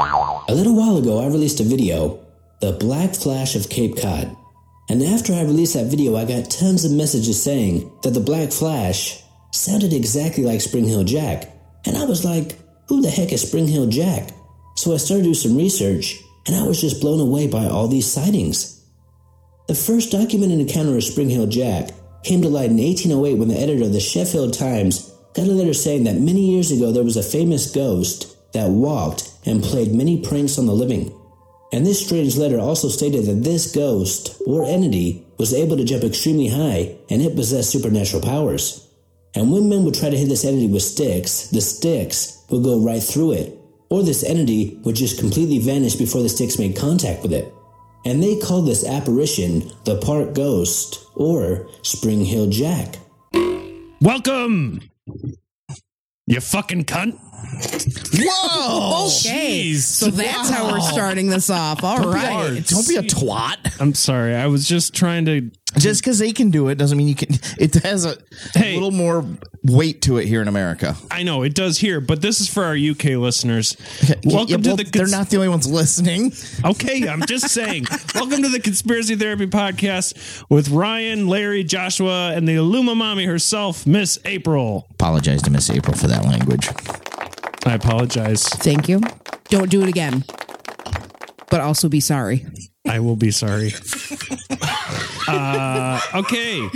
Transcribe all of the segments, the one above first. A little while ago, I released a video, The Black Flash of Cape Cod. And after I released that video, I got tons of messages saying that The Black Flash sounded exactly like Spring Hill Jack. And I was like, who the heck is Spring Hill Jack? So I started to do some research, and I was just blown away by all these sightings. The first documented encounter of Spring Hill Jack came to light in 1808 when the editor of the Sheffield Times got a letter saying that many years ago there was a famous ghost that walked and played many pranks on the living. And this strange letter also stated that this ghost or entity was able to jump extremely high and it possessed supernatural powers. And when men would try to hit this entity with sticks, the sticks would go right through it, or this entity would just completely vanish before the sticks made contact with it. And they called this apparition the Park Ghost or Spring Hill Jack. Welcome, you fucking cunt. Whoa! Okay. Jeez. So that's how we're starting this off. All right. Don't be a twat. I'm sorry. I was just trying to. Just because they can do it doesn't mean you can. It has a, a Hey. little more weight to it here in America. I know it does here, but this is for our UK listeners. Yeah, Welcome well, to the. they're cons- not the only ones listening. Okay, I'm just saying. Welcome to the Conspiracy Therapy Podcast with Ryan, Larry, Joshua, and the Illumamami herself, Miss April. Apologize to Miss April for that language. I apologize. Thank you. Don't do it again. But also be sorry. I will be sorry. uh, okay.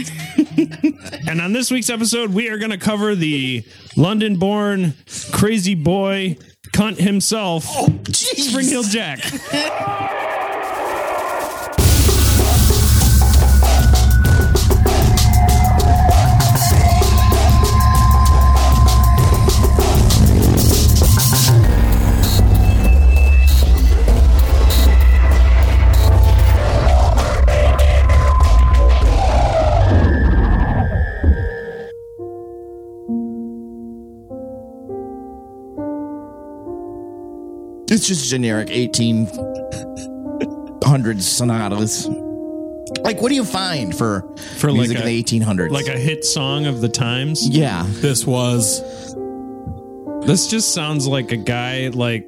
and on this week's episode, we are going to cover the London born crazy boy cunt himself, Oh, Spring Hill Jack. It's just generic 1800s sonatas. Like, what do you find for For like music a- in the 1800s? Like a hit song of the times. yeah, This was This just sounds like a guy, like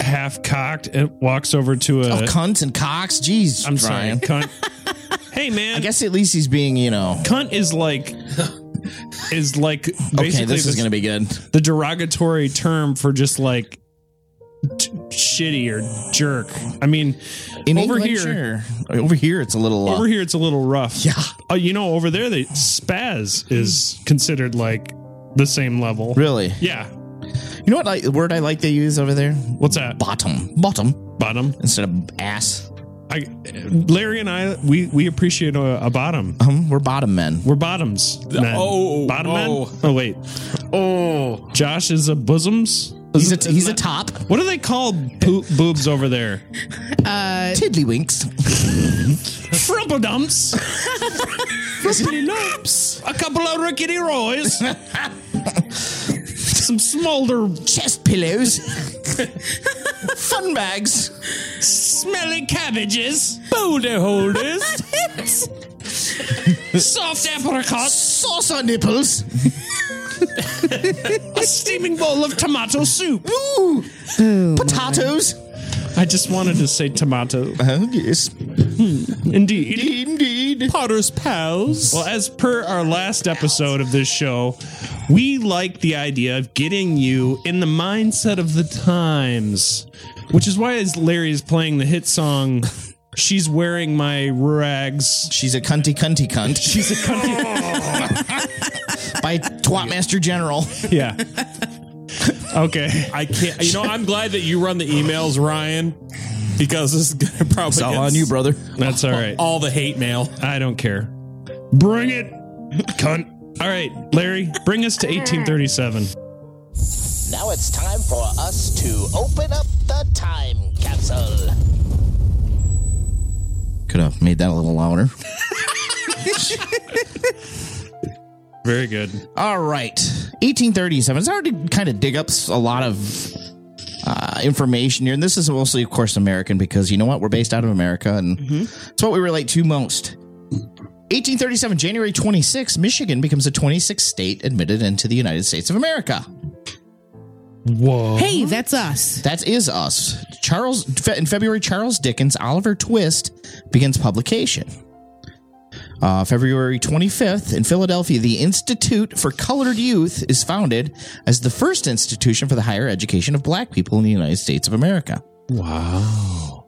half cocked, and walks over to of a. cunts and cocks. Jeez, Uh, I'm Brian. sorry, cunt. hey, man. I guess at least he's being, you know. cunt is like. Is like basically Okay, this is the- going to be good. the derogatory term for just like t- shitty or jerk. I mean, In over England, here, sure. over here, it's a little. uh, over here it's a little rough. Yeah. Uh, you know, over there, the spaz is considered like the same level. Really? Yeah. You know what like, word I like they use over there? What's that? Bottom. Bottom Bottom. instead of ass. I, Larry and I, we we appreciate uh, a, a bottom. Um, we're bottom men. We're bottoms. men. Oh, bottom oh. men. Oh wait. Oh, Josh is a bosoms. He's a, he's a top. What are they called? Bo- boobs over there. Tiddlywinks. Frumple dumps. Frumpity lumps. A couple of rickety roys. Some smolder Chest pillows. Fun bags. smelly cabbages. Boulder Holders. Soft apricots. Sauce on nipples. A steaming bowl of tomato soup. Ooh. Potatoes. I just wanted to say tomato. Oh, yes. Indeed. Indeed. Potter's Pals. Well, as per our last episode of this show, we like the idea of getting you in the mindset of the times, which is why as Larry is playing the hit song, She's Wearing My Rags. She's a cunty cunty cunt. She's a Oh. cunty. By Twatmaster General. Yeah. Okay. I can't. You know, I'm glad that you run the emails, Ryan, because this is gonna probably It's all get on you, brother. That's all right. All the hate mail. I don't care. Bring it, cunt. All right, Larry, bring us to 1837. Now it's time for us to open up the time capsule. Could have made that a little louder. Very good. All right. 1837. It's hard to kind of dig up s- a lot of uh, information here. And this is mostly, of course, American because you know what? We're based out of America and it's what we relate to most. 1837, January 26, Michigan becomes the 26th state admitted into the United States of America. Whoa. Hey, that's us. That is us. Charles Fe- in February. Charles Dickens' Oliver Twist begins publication. Uh, February 25th in Philadelphia, the Institute for Colored Youth is founded as the first institution for the higher education of black people in the United States of America. Wow.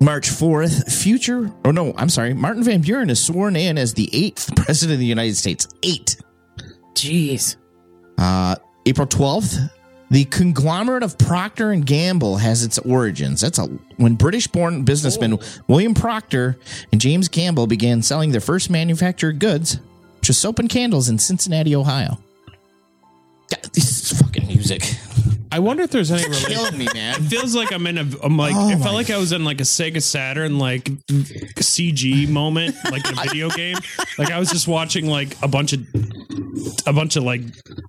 March 4th, future, oh no, I'm sorry, Martin Van Buren is sworn in as the eighth president of the United States. Eight. Jeez. Uh, April 12th, the conglomerate of Procter and Gamble has its origins. That's a when British-born businessmen William Procter and James Gamble began selling their first manufactured goods, which was soap and candles in Cincinnati, Ohio. God, this is fucking music. I wonder if there's any relation. Killing me, man. feels like I'm in a I'm like it felt like I was in like a Sega Saturn like CG moment like in a video game. Like I was just watching like a bunch of a bunch of like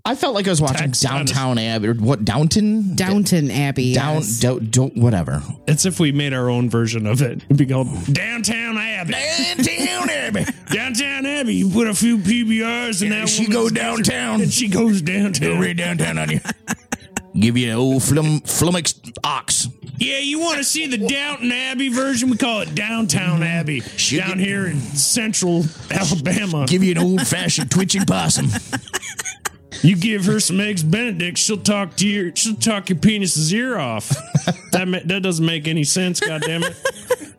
I felt like I was watching Tax on us. Downtown Abbey or what Downton Downton Abbey. Down yes. do, do, whatever. it's if we made our own version of it. It'd be called Downtown Abbey. Downtown Abbey. Downtown Abbey. You put a few PBRs in that. woman's- downtown. And she goes downtown. right downtown on you. Give you an old flum flummoxed ox. Yeah, you want to see the Downton Abbey version? We call it Downtown Abbey She down get- here in central Alabama. Give you an old fashioned twitching possum. You give her some eggs Benedict, she'll talk to your she'll talk your penis's ear off. that ma- that doesn't make any sense. God damn it!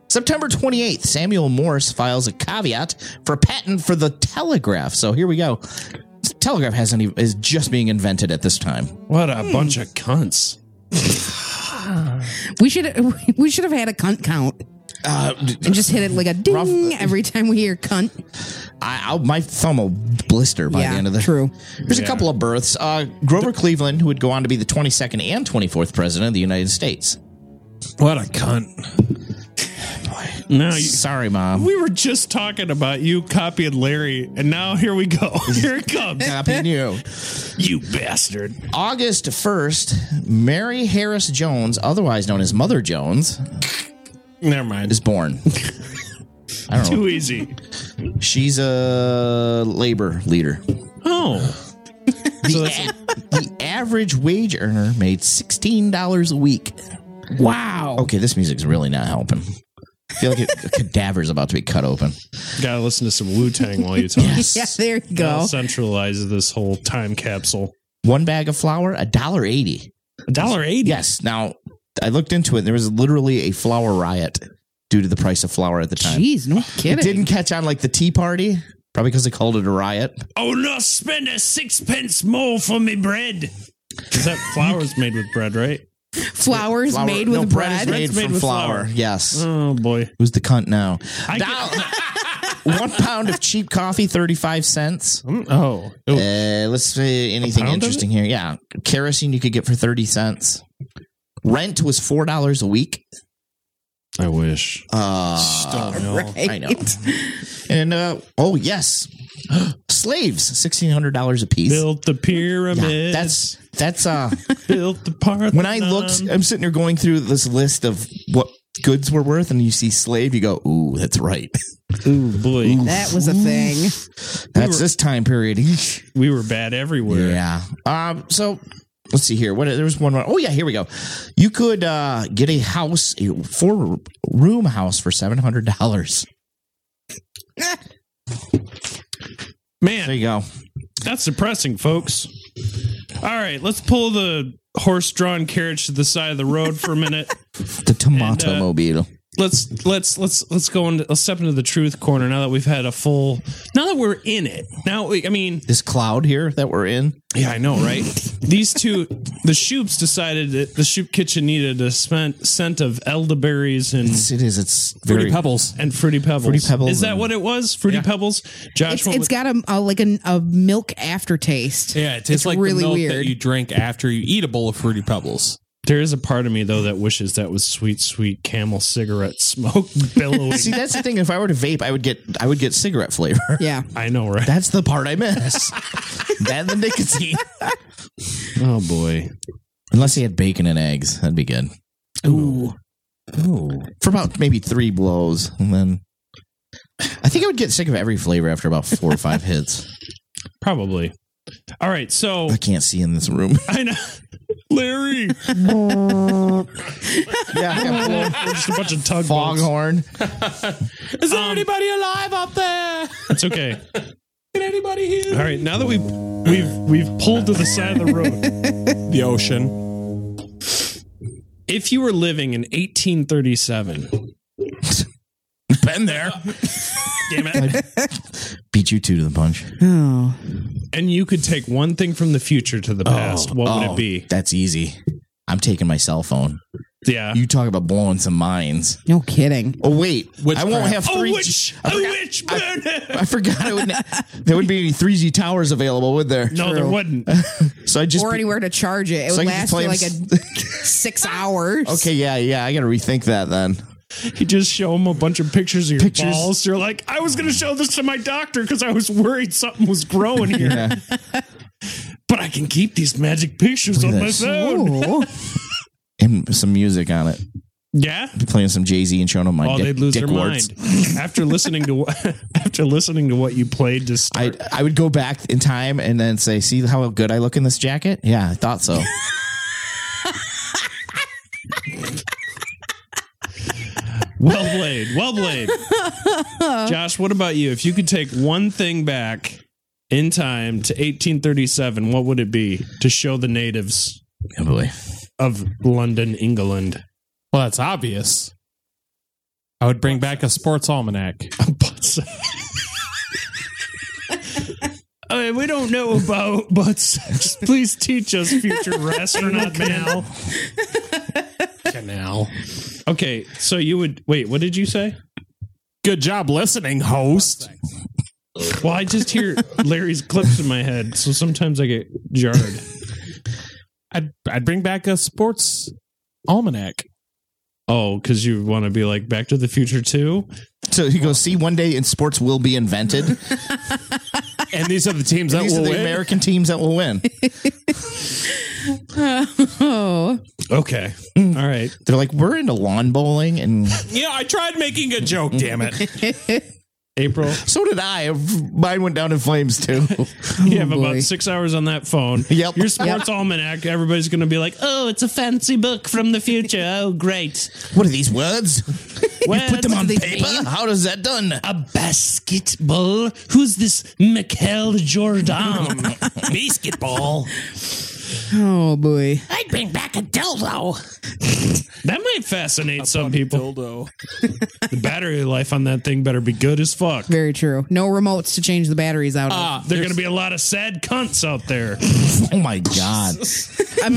September 28th, Samuel Morse files a caveat for a patent for the telegraph. So here we go. Telegraph hasn't even, is just being invented at this time. What a bunch of cunts! we should we should have had a cunt count and just hit it like a ding Rough- every time we hear cunt. I, I my thumb will blister by Yeah, the end of the true. There's a couple of births. Uh, Grover Cleveland, who would go on to be the 22nd and 24th president of the United States. What a cunt! No, you, Sorry, mom. we were just talking about you copying Larry, and now here we go. Here it comes, Happy new. you bastard! August 1st, Mary Harris Jones, otherwise known as Mother Jones, Never mind. is born. I don't know. Too easy. She's a labor leader. Oh, The, a- the average wage earner made $16 a week. Wow. Okay, this music's really not helping. I feel like a, a cadaver's about to be cut open. gotta listen to some Wu Tang while you talk. Yeah, there you go. Centralize this whole time capsule. One bag of flour, $1.80. Dollar eighty. Yes. Now, I looked into it. And there was literally a flour riot due to the price of flour at the time. Jeez, no It kidding. didn't catch on like the Tea Party, probably because they called it a riot. Oh no, spend a sixpence more for me bread. Is that flour's made with bread, right? Flours Flour- made no, with bread bread. is Bread's made made from with flour. flour. Yes. Oh boy. Who's the cunt now? I Down- one pound of cheap coffee, thirty-five cents. Oh. Uh, let's see anything pound of interesting here. Yeah, kerosene you could get for thirty cents. Rent was four dollars a week. I wish. Uh, Right. I know. and uh, oh yes, slaves sixteen hundred dollars a piece. Built the pyramids. Yeah, that's that's uh. built the Parthenon. when I looked, uh, I'm sitting here going through this list of what goods were worth, and you see slave, you go, ooh, that's right. Ooh boy, That was a thing. That's this time period. we were bad everywhere. yeah. Um. So let's see here. What there was one. Oh yeah, here we go. You could uh, get a house, a four room house for seven hundred dollars. There Man, you go. that's depressing, folks. All right, let's pull the horse-drawn carriage to the side of the road for a minute. The tomato And, uh, mobile. let's let's let's let's go into let's step into the truth corner now that we've had a full now that we're in it. Now we- I mean This cloud here that we're in. Yeah, I know, right? These two, the Shoops decided that the Shoop Kitchen needed a spent, scent of elderberries and It's, it is. It's Fruity very. Pebbles. and fruity pebbles. Fruity Pebbles Is that and- what it was? Fruity pebbles. Josh, It's, what it's was- got a, a like an, a milk aftertaste. Yeah, it tastes It's like really the milk weird. that you drink after you eat a bowl of Fruity Pebbles. there is a part of me though that wishes that was sweet, sweet Camel cigarette smoke billowing. See, that's the thing. If I were to vape, I would get. I would get cigarette flavor. Yeah. I know, right? That's the part I miss. then the nicotine. oh boy, Unless he had bacon and eggs, that'd be good. Ooh. For about maybe three blows, and then I think I would get sick of every flavor after about four or five hits. probably. All right, so I can't see in this room. I know. Larry, yeah, We're just a bunch of tugboats. foghorn. Is there anybody alive up there? Um, It's okay. Can anybody hear? All right, now that we've we've we've pulled to the side of the road, The ocean. if you were living in 1837, Been there. damn it, Beat you two to the punch. Oh. and you could take one thing from the future to the past, what would Oh, it be? That's easy. I'm taking my cell phone. Yeah. You talk about blowing some minds. No kidding. Oh wait, I won't have a three. witch, a witch, burn it. I forgot it would there wouldn't be any 3G towers available, would there? No, there wouldn't. So I just Or be- anywhere to charge it. It So would I can last just you like play a six hours. Okay, yeah, yeah. I got to rethink that then. You just show them a bunch of pictures of your Pictures. balls. You're like, I was going to show this to my doctor because I was worried something was growing here. Yeah. But I can keep these magic pictures Look on at my this. phone. Ooh. And some music on it. Yeah. Be playing some Jay-Z and showing them my Oh, dick, they'd lose dick their warts. mind after listening to what after listening to what you played. Just I I would go back in time and then say, "See how good I look in this jacket?" Yeah, I thought so. well played, well played. Josh, what about you? If you could take one thing back in time to 1837, what would it be to show the natives oh boy. of London, England? Well, that's obvious. I would bring back a sports almanac. Butts. I mean, we don't know about butts. Just please teach us, future astronaut now. Canal. Okay, so you would wait. What did you say? Good job listening, host. Well, I just hear Larry's clips in my head, so sometimes I get jarred. I'd, I'd bring back a sports almanac. Oh, because you want to be like Back to the Future too? So he goes, "See, one day in sports will be invented. And these are the teams that These are will the win. American teams that will win." Oh. Okay, all right. They're like, "We're into lawn bowling," and yeah, I tried making a joke, damn it. April, so did I. Mine went down in flames too. you have boy. about six hours on that phone. Yep. Your sports almanac. Everybody's going to be like, "Oh, it's a fancy book from the future. Oh, great." what are these words? Well, Put them on these paper. How does that done? a basketball. Who's this Mikel Jordan? basketball. Oh boy. I'd bring back a dildo. That might fascinate some people. The battery life on that thing better be good as fuck. Very true. No remotes to change the batteries out of. There are going to be a lot of sad cunts out there. Oh my god! I'm,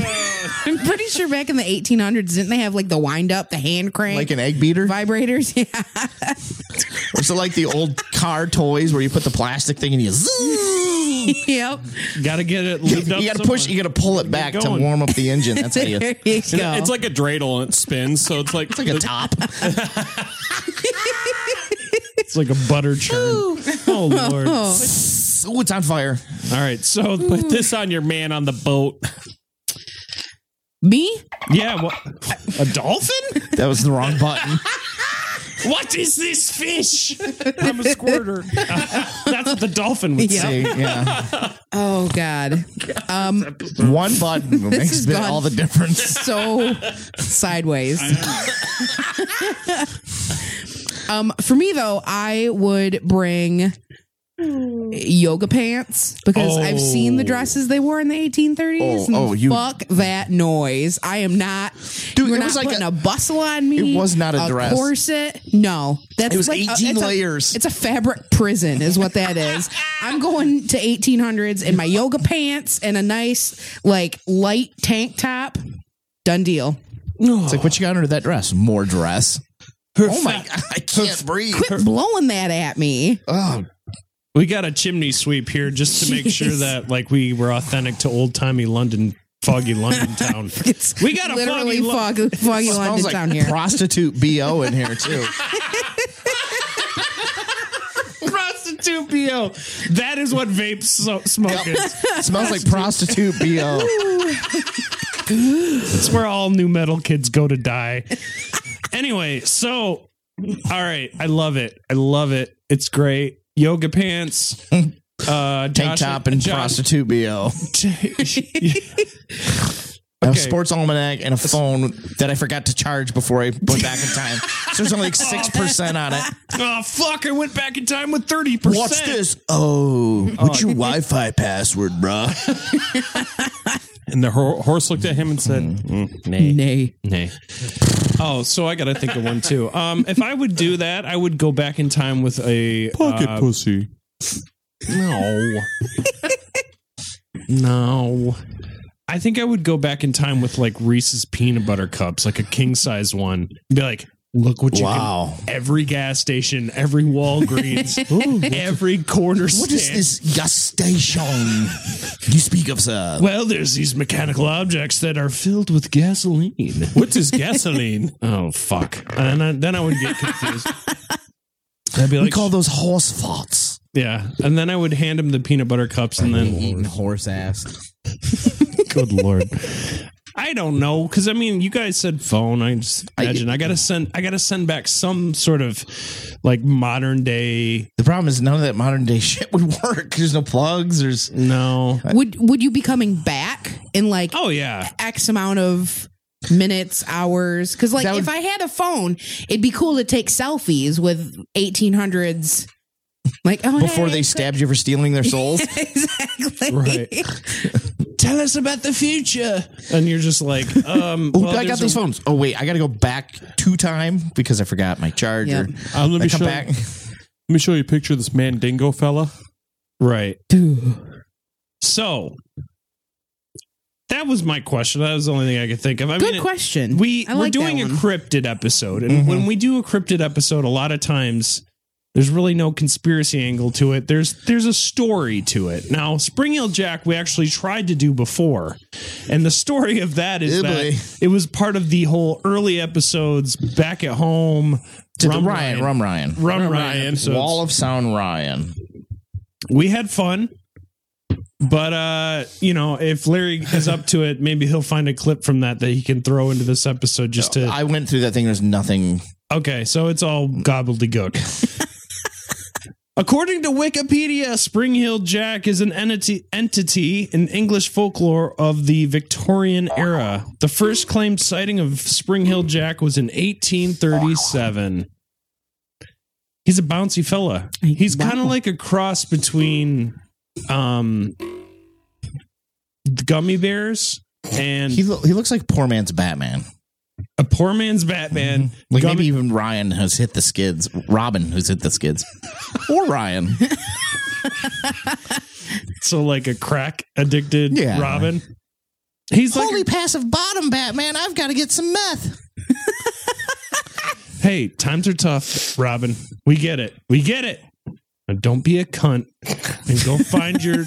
I'm pretty sure back in the 1800s, didn't they have like the wind up, the hand crank, Like an egg beater? vibrators? Yeah. Or is it like the old car toys where you put the plastic thing and you zoom? yep. Got to get it lived up. You gotta push. somewhere. You gotta pull it back to going. warm up the engine. That's how you. There you go. It's like a dreidel and it spins, so it's like, It's like a top. It's like a butter churn. oh lord! All Oh, it's on fire. right, so put this on your man on the boat. Me? yeah, what, a dolphin? That was the wrong button. What is this fish? I'm a squirter. that's what the dolphin would Yeah. say. See, yeah. Oh God. Um. One button makes has the- gone- all the difference. So sideways. um. For me though, I would bring yoga pants because I've seen the dresses they wore in the 1830s. Oh, and oh, you- fuck that noise. I am not. Dude, you're it not was like putting a- a, bustle on me. It was not a dress. corset. No, that's It was like 18 a- it's a- layers. it's a fabric prison, is what that is. I'm going to 1800s in my yoga pants and a nice, like, light tank top. Done deal. It's like what you got under that dress? More dress. oh my! God, I can't breathe. Quit blowing that at me. Oh, We got a chimney sweep here just to make Jeez. sure that like we were authentic to old timey London, foggy London town. It's We got a foggy literally lo- foggy, foggy smells London like down here. prostitute bo in here too. Prostitute bo. That is what vape so- smoke is. It smells like prostitute bo. It's where all new metal kids go to die. Anyway, so all right, I love it. I love it. It's great. Yoga pants. Uh, Mm. Tank Josh- top and Josh- prostitute BO. A sports almanac and a phone that I forgot to charge before I went back in time. so there's only like six percent on it. Oh fuck! I went back in time with thirty percent. What's this? Oh, what's your Wi-Fi password, bruh? And the hor- horse looked at him and said, Mm-hmm. Nay. Nay. Oh, so I got to think of one too. Um, if I would do that, I would go back in time with a "Pocket uh, pussy." No. no. I think I would go back in time with like Reese's peanut butter cups, like a king size one. Be like, look what you Wow. can. Every gas station, every Walgreens, every corner What stand. is this gas station you speak of, sir? Well, there's these mechanical objects that are filled with gasoline. What is gasoline? Oh fuck! And I, then I would get confused. I'd be like, we call those horse farts. yeah, and then I would hand him the peanut butter cups, and then Eating horse ass. Good lord. I don't know because I mean, you guys said phone. I just imagine I, gotta send. I gotta send back some sort of like modern day. The problem is none of that modern day shit would work. There's no plugs. There's No. Would would you be coming back in like Oh yeah. X amount of minutes, hours? Because like That would- if I had a phone, it'd be cool to take selfies with eighteen hundreds. Like oh, before hey. they stabbed you for stealing their souls. exactly Right. Tell us about the future. And you're just like, um, Ooh, well, I got there's these a- phones. Oh wait, I got to go back two time because I forgot my charger. Uh, let I me come show. back. Let me show you a picture of this mandingo fella. Right. So that was my question. That was the only thing I could think of. I Good mean, it- question. We I we're like that doing a one. cryptid episode, and Mm-hmm. when we do a cryptid episode, a lot of times there's really no conspiracy angle to it. There's there's a story to it. Now, Spring Hill Jack, we actually tried to do before, and the story of that is Eh, boy. that it was part of the whole early episodes back at home. To the Ryan, Rum Ryan, Rum Ryan episodes. Wall of Sound Ryan. we had fun but uh you know if larry is up to it maybe he'll find a clip from that that he can throw into this episode just to I went through that thing. There's nothing. okay so it's all gobbledygook According to Wikipedia, Spring Hill Jack is an entity, entity in English folklore of the Victorian era. The first claimed sighting of Spring Hill Jack was in 1837. He's a bouncy fella. He's Wow. kind of like a cross between um gummy bears and He lo- he looks like poor man's Batman. a poor man's Batman. Mm-hmm. Like Gummy- maybe even Ryan has hit the skids. Robin who's hit the skids, or Ryan. so like a crack addicted Yeah. Robin. He's like Holy passive bottom, Batman! I've got to get some meth. Hey, times are tough, Robin. We get it. We get it. Now don't be a cunt and go find your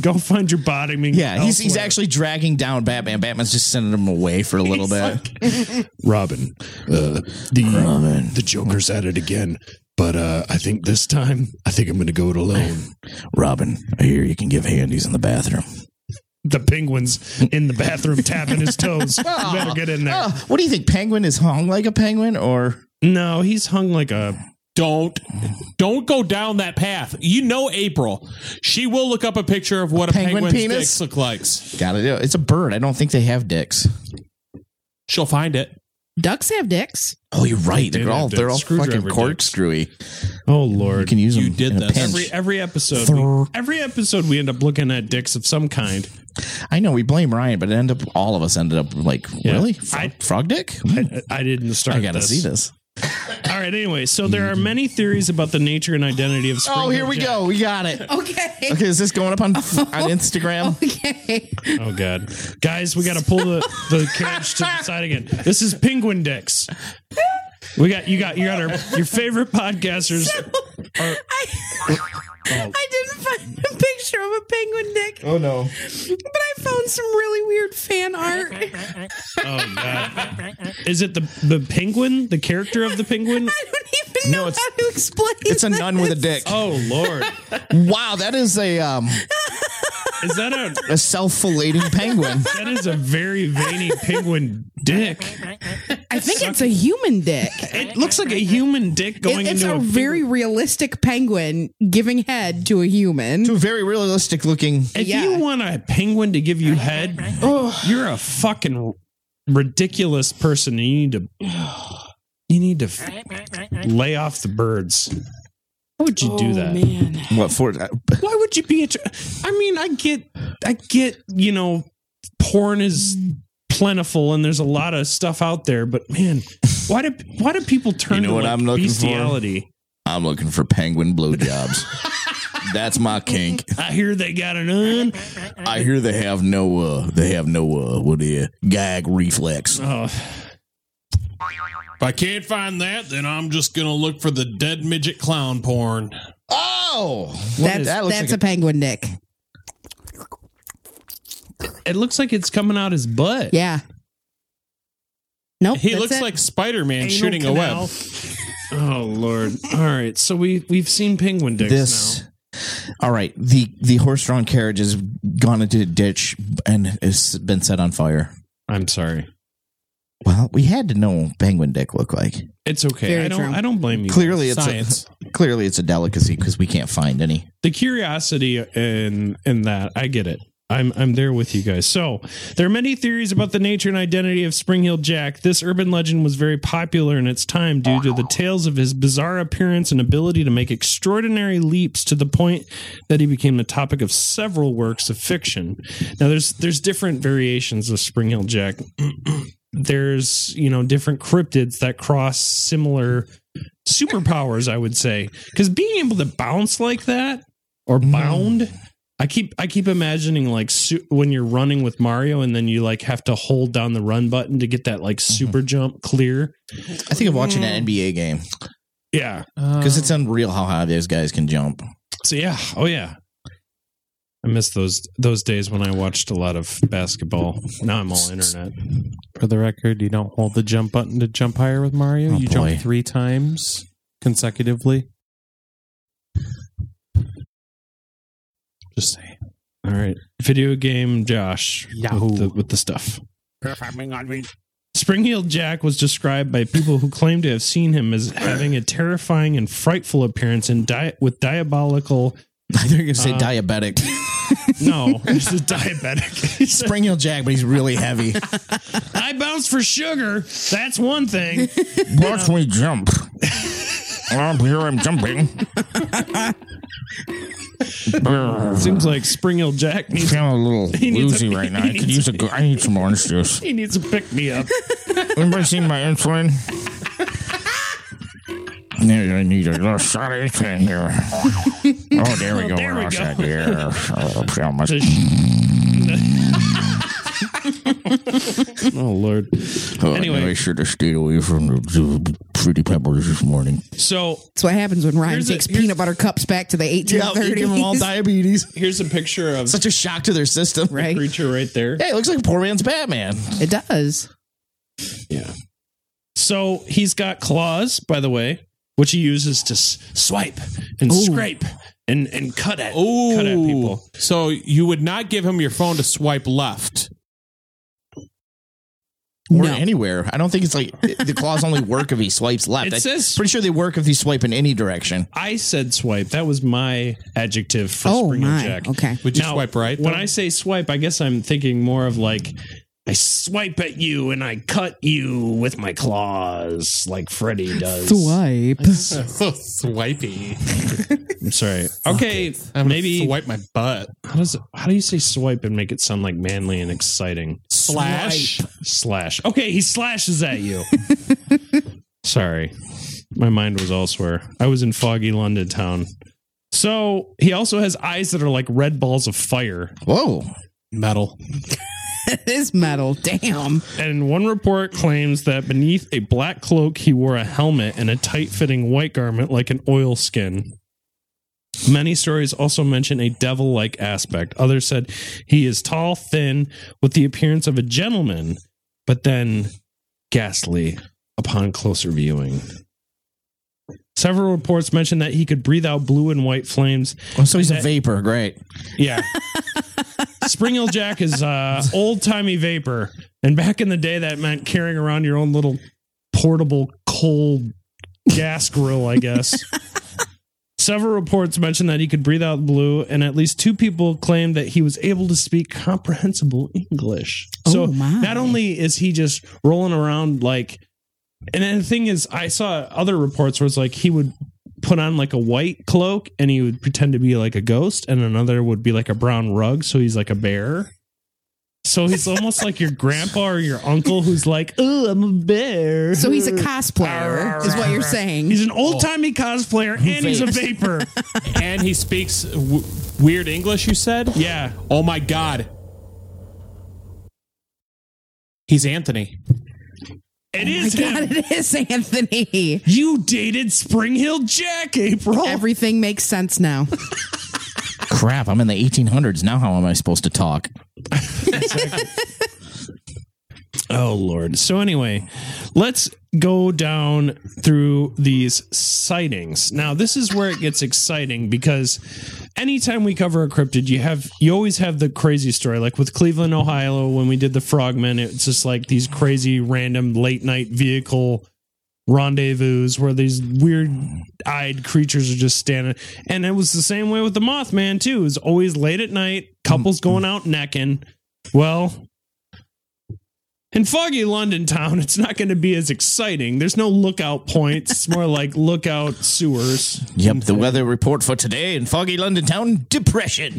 go find your bottoming. Yeah, he's he's elsewhere. actually dragging down Batman. Batman's just sending him away for a little bit. Robin. Uh, the the Joker's at it again, but uh, I think this time I think I'm going to go it alone. Robin, I hear you can give handies in the bathroom. The penguin's in the bathroom tapping his toes. You better get in there. what do you think? Penguin is hung like a penguin, or No, he's hung like a. Don't don't go down that path. You know April. She will look up a picture of what a, penguin penguin's penis? dicks look like. gotta do it. It's a bird. I don't think they have dicks. She'll find it. Ducks have dicks. Oh, you're right. They're do all have they're dicks. all Screwdriver fucking dicks. corkscrewy. Oh You lord! can use them. You did in a this. pinch. every every episode, we, every episode we end up looking at dicks of some kind. I know we blame Ryan, but it ended up all of us ended up like really Fro- I- frog dick. I, I didn't start. I gotta see this. All right. Anyway, so there are many theories about the nature and identity of. Spring Oh, here Hill we Jack. go. We got it. Okay. Okay, is this going up on on Instagram? Okay. Oh god, guys, we got to pull the the carriage to the side again. This is Penguin Dicks. We got you got you got our your favorite podcasters. I, I didn't find a picture of a penguin dick, Oh no. but I found some really weird fan art. Oh god, is it the the penguin, the character of the penguin? I don't even No, know it's- how to explain. It's a this. nun with a dick. Oh lord, Wow, that is a um is that a a self-filleting penguin. that is a very veiny penguin dick? I think it's a human dick. It looks like a human dick going It- it's into a, a, very realistic penguin giving head to a human. Two very realistic looking. If Yeah. you want a penguin to give you head, you're a fucking ridiculous person. You need to you need to f- lay off the birds. Why would you do that? What for? Why would you be? A I mean, I get, I get. You know, porn is plentiful, and there's a lot of stuff out there. But man, why do why do people turn You know to what like, I'm looking for? bestiality? I'm looking for penguin blowjobs. That's my kink. I hear they got it on. I hear they have no uh they have no uh what the gag reflex. Oh, If I can't find that, then I'm just gonna look for the dead midget clown porn. Oh, That's that's a penguin dick. it looks like it's coming out his butt. Yeah. Nope. He that's looks it. like Spider Man Anal shooting a canal. web. Oh lord! All right, so we we've seen penguin dicks this. now. All right, the the horse drawn carriage has gone into a ditch and it's been set on fire. I'm sorry. Well, we had to know what penguin dick look like. It's okay. Very I don't. true. I don't blame you. Clearly, it's Science. a clearly it's a delicacy because we can't find any. the curiosity in in that I get it. I'm I'm there with you guys. So there are many theories about the nature and identity of Spring Heel Jack. This urban legend was very popular in its time due to the tales of his bizarre appearance and ability to make extraordinary leaps to the point that he became the topic of several works of fiction. Now there's there's different variations of Spring Heel Jack. there's you know different cryptids that cross similar superpowers i would say because being able to bounce like that or bound i keep i keep imagining like su- when you're running with mario and then you like have to hold down the run button to get that like super jump clear I think I'm watching an NBA game yeah Uh. because it's unreal how high those guys can jump. so yeah oh yeah i miss those those days when i watched a lot of basketball now i'm all internet For the record, you don't hold the jump button to jump higher with Mario. Oh, You jump boy. three times consecutively. Just saying. all right video game josh Yahoo. with the, with the stuff Spring Heeled Jack was described by people who claim to have seen him as having a terrifying and frightful appearance and di- with diabolical. I think you're gonna say Uh, diabetic. No, this is diabetic. Spring heel Jack, but he's really heavy. I bounce for sugar. That's one thing. Watch me jump. I'm here. I'm jumping. Seems like Spring Heeled Jack needs feeling a little needs a- woozy right now. he I could needs use a. gl- I need some orange juice. he needs a pick me up. Anybody seen my insulin? Yeah, I need a little shot of insulin here. Oh, there we go. There We're we outside go. here. Oh, feel much- oh Lord. Oh, Anyway. I should have stayed away from the, the fruity pebbles this morning. So That's what happens when Ryan Here's a- takes here's- peanut butter cups back to the 1830s. diabetes. here's a picture of Such a shock to their system. right? creature right there. Hey, it looks like poor man's Batman. It does. So he's got claws, by the way, which he uses to s- swipe and scrape and and cut at Ooh. cut at people. So you would not give him your phone to swipe left. or No. anywhere. I don't think it's like the claws only work if he swipes left. It I'm says- pretty sure they work if you swipe in any direction. I said swipe. That was my adjective for Oh, Springer my. Jack. Okay. Would you swipe right? When though? I say swipe, I guess I'm thinking more of like I swipe at you and I cut you with my claws, like Freddy does. Swipe. so swipey. I'm sorry. Okay, I'm maybe maybe swipe my butt. how does how do you say swipe and make it sound like manly and exciting? Slash. Slash. Okay, he slashes at you. Sorry. My mind was elsewhere. I was in foggy London town. So he also has eyes that are like red balls of fire. Whoa. Metal. This metal. Damn. And one report claims that beneath a black cloak, he wore a helmet and a tight fitting white garment like an oilskin. Many stories also mention a devil like aspect. Others said he is tall, thin, with the appearance of a gentleman, but then ghastly upon closer viewing. Several reports mention that he could breathe out blue and white flames. Oh, so he's a vapor. Great. Yeah. Spring Hill Jack is uh, old timey vapor. And back in the day, that meant carrying around your own little portable coal gas grill, I guess. Several reports mentioned that he could breathe out blue, and at least two people claimed that he was able to speak comprehensible English. so Oh, my. not only is he just rolling around like, and then the thing is, I saw other reports where it's like he would put on like a white cloak and he would pretend to be like a ghost, and another would be like a brown rug, so he's like a bear. So he's almost like your grandpa or your uncle who's like, oh, I'm a bear. So he's a cosplayer, is what you're saying. He's an old timey cosplayer and he's a vapor. and he speaks w- weird English. You said, yeah. "Oh my God, he's Anthony." It Oh My is God, him. it is Anthony. You dated Spring Hill Jack, April. Everything makes sense now. Crap, I'm in the 1800s. Now, how am I supposed to talk? oh, Lord. So, anyway, let's go down through these sightings. Now, this is where it gets exciting because anytime we cover a cryptid, you have you always have the crazy story. Like with Cleveland, Ohio, when we did the frogmen, it's just like these crazy random late night vehicle rendezvous where these weird eyed creatures are just standing. And it was the same way with the Mothman too. It was always late at night, couples going out necking. Well, in foggy London town, it's not going to be as exciting. There's no lookout points. It's more like lookout sewers. Yep, the weather report for today in foggy London town depression.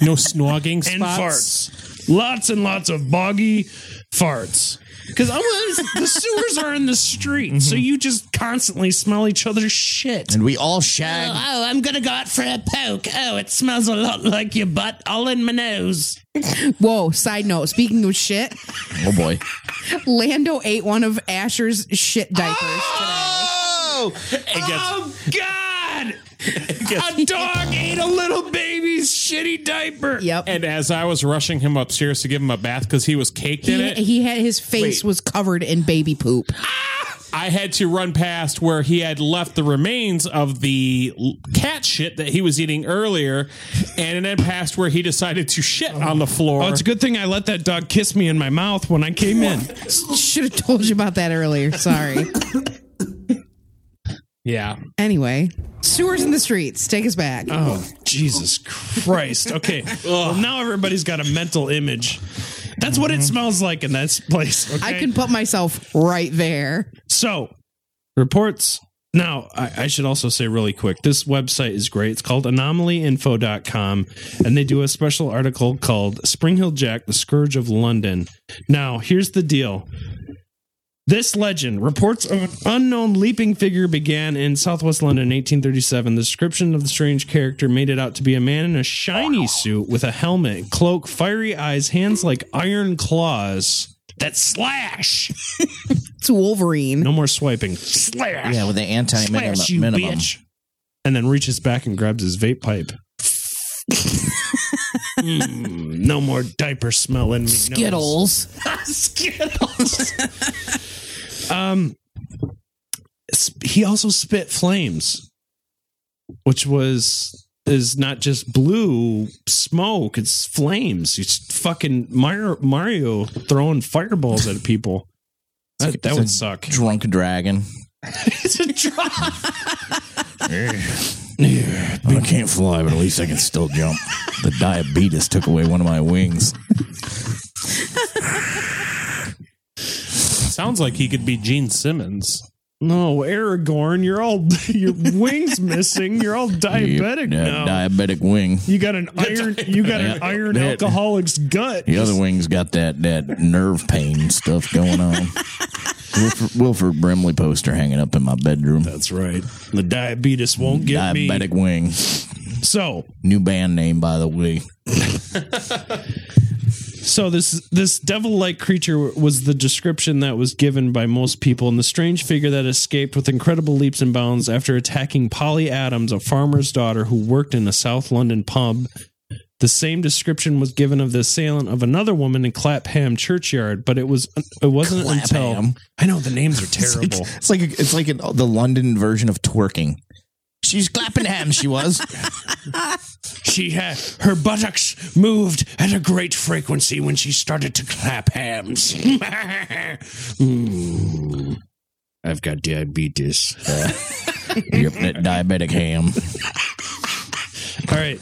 No snogging spots. and farts. Lots and lots of boggy farts. Because the sewers are in the street, so you just constantly smell each other's shit. And we all shag. Oh, I'm gonna go out for a poke. Oh, it smells a lot like your butt, all in my nose. Whoa, side note. Speaking of shit, Oh, boy. Lando ate one of Asher's shit diapers Ah! Oh! Oh God! A dog ate a little baby's shitty diaper. today. Yep. And as I was rushing him upstairs to give him a bath because he was caked in He, it, he had his face Wait. was covered in baby poop. I had to run past where he had left the remains of the l- cat shit that he was eating earlier, and then past where he decided to shit on the floor. Oh, it's a good thing I let that dog kiss me in my mouth when I came in. Should have told you about that earlier. Sorry. yeah. anyway, sewers in the streets. Take us back. Oh, Jesus Christ. Okay. Well, now everybody's got a mental image. That's what it smells like in that place. Okay. I can put myself right there. So, reports. Now, I, I should also say really quick this website is great. It's called anomalyinfo.com, and they do a special article called Spring Hill Jack, the Scourge of London. Now, here's the deal. This legend reports of an unknown leaping figure began in southwest London in 1837. The description of the strange character made it out to be a man in a shiny suit with a helmet, cloak, fiery eyes, hands like iron claws that slash. It's Wolverine. No more swiping. Slash. Yeah, with the anti Slash, you minimum. bitch. And then reaches back and grabs his vape pipe. Mm, no more diaper smell in me. nose. Skittles. Skittles. um, sp- he also spit flames, which was is not just blue smoke; it's flames. He's fucking Mario, Mario throwing fireballs at people. That, that would suck. Drunk dragon. It's a drop. I can't fly, but at least I can still jump. The diabetes took away one of my wings. Sounds like he could be Gene Simmons. No, Aragorn, you're all your wings missing. You're all diabetic Yeah, now. Diabetic wing. you got an iron. You got an Yeah. iron Yeah. alcoholic's gut. The other wing's got that that nerve pain stuff going on. Wilford, Wilford Brimley poster hanging up in my bedroom. That's right. The diabetes won't get Diabetic me. wing. So, New band name, by the way. so this this devil-like creature was the description that was given by most people, and the strange figure that escaped with incredible leaps and bounds after attacking Polly Adams, a farmer's daughter who worked in a South London pub The same description was given of the assailant of another woman in Clapham churchyard, but it was it wasn't until Clapham. I know the names are terrible. It's like it's like an, the London version of twerking. She's clapping ham. She was. she had her buttocks moved at a great frequency when she started to clap hams. Mm. I've got diabetes. Yep, that diabetic ham. All right.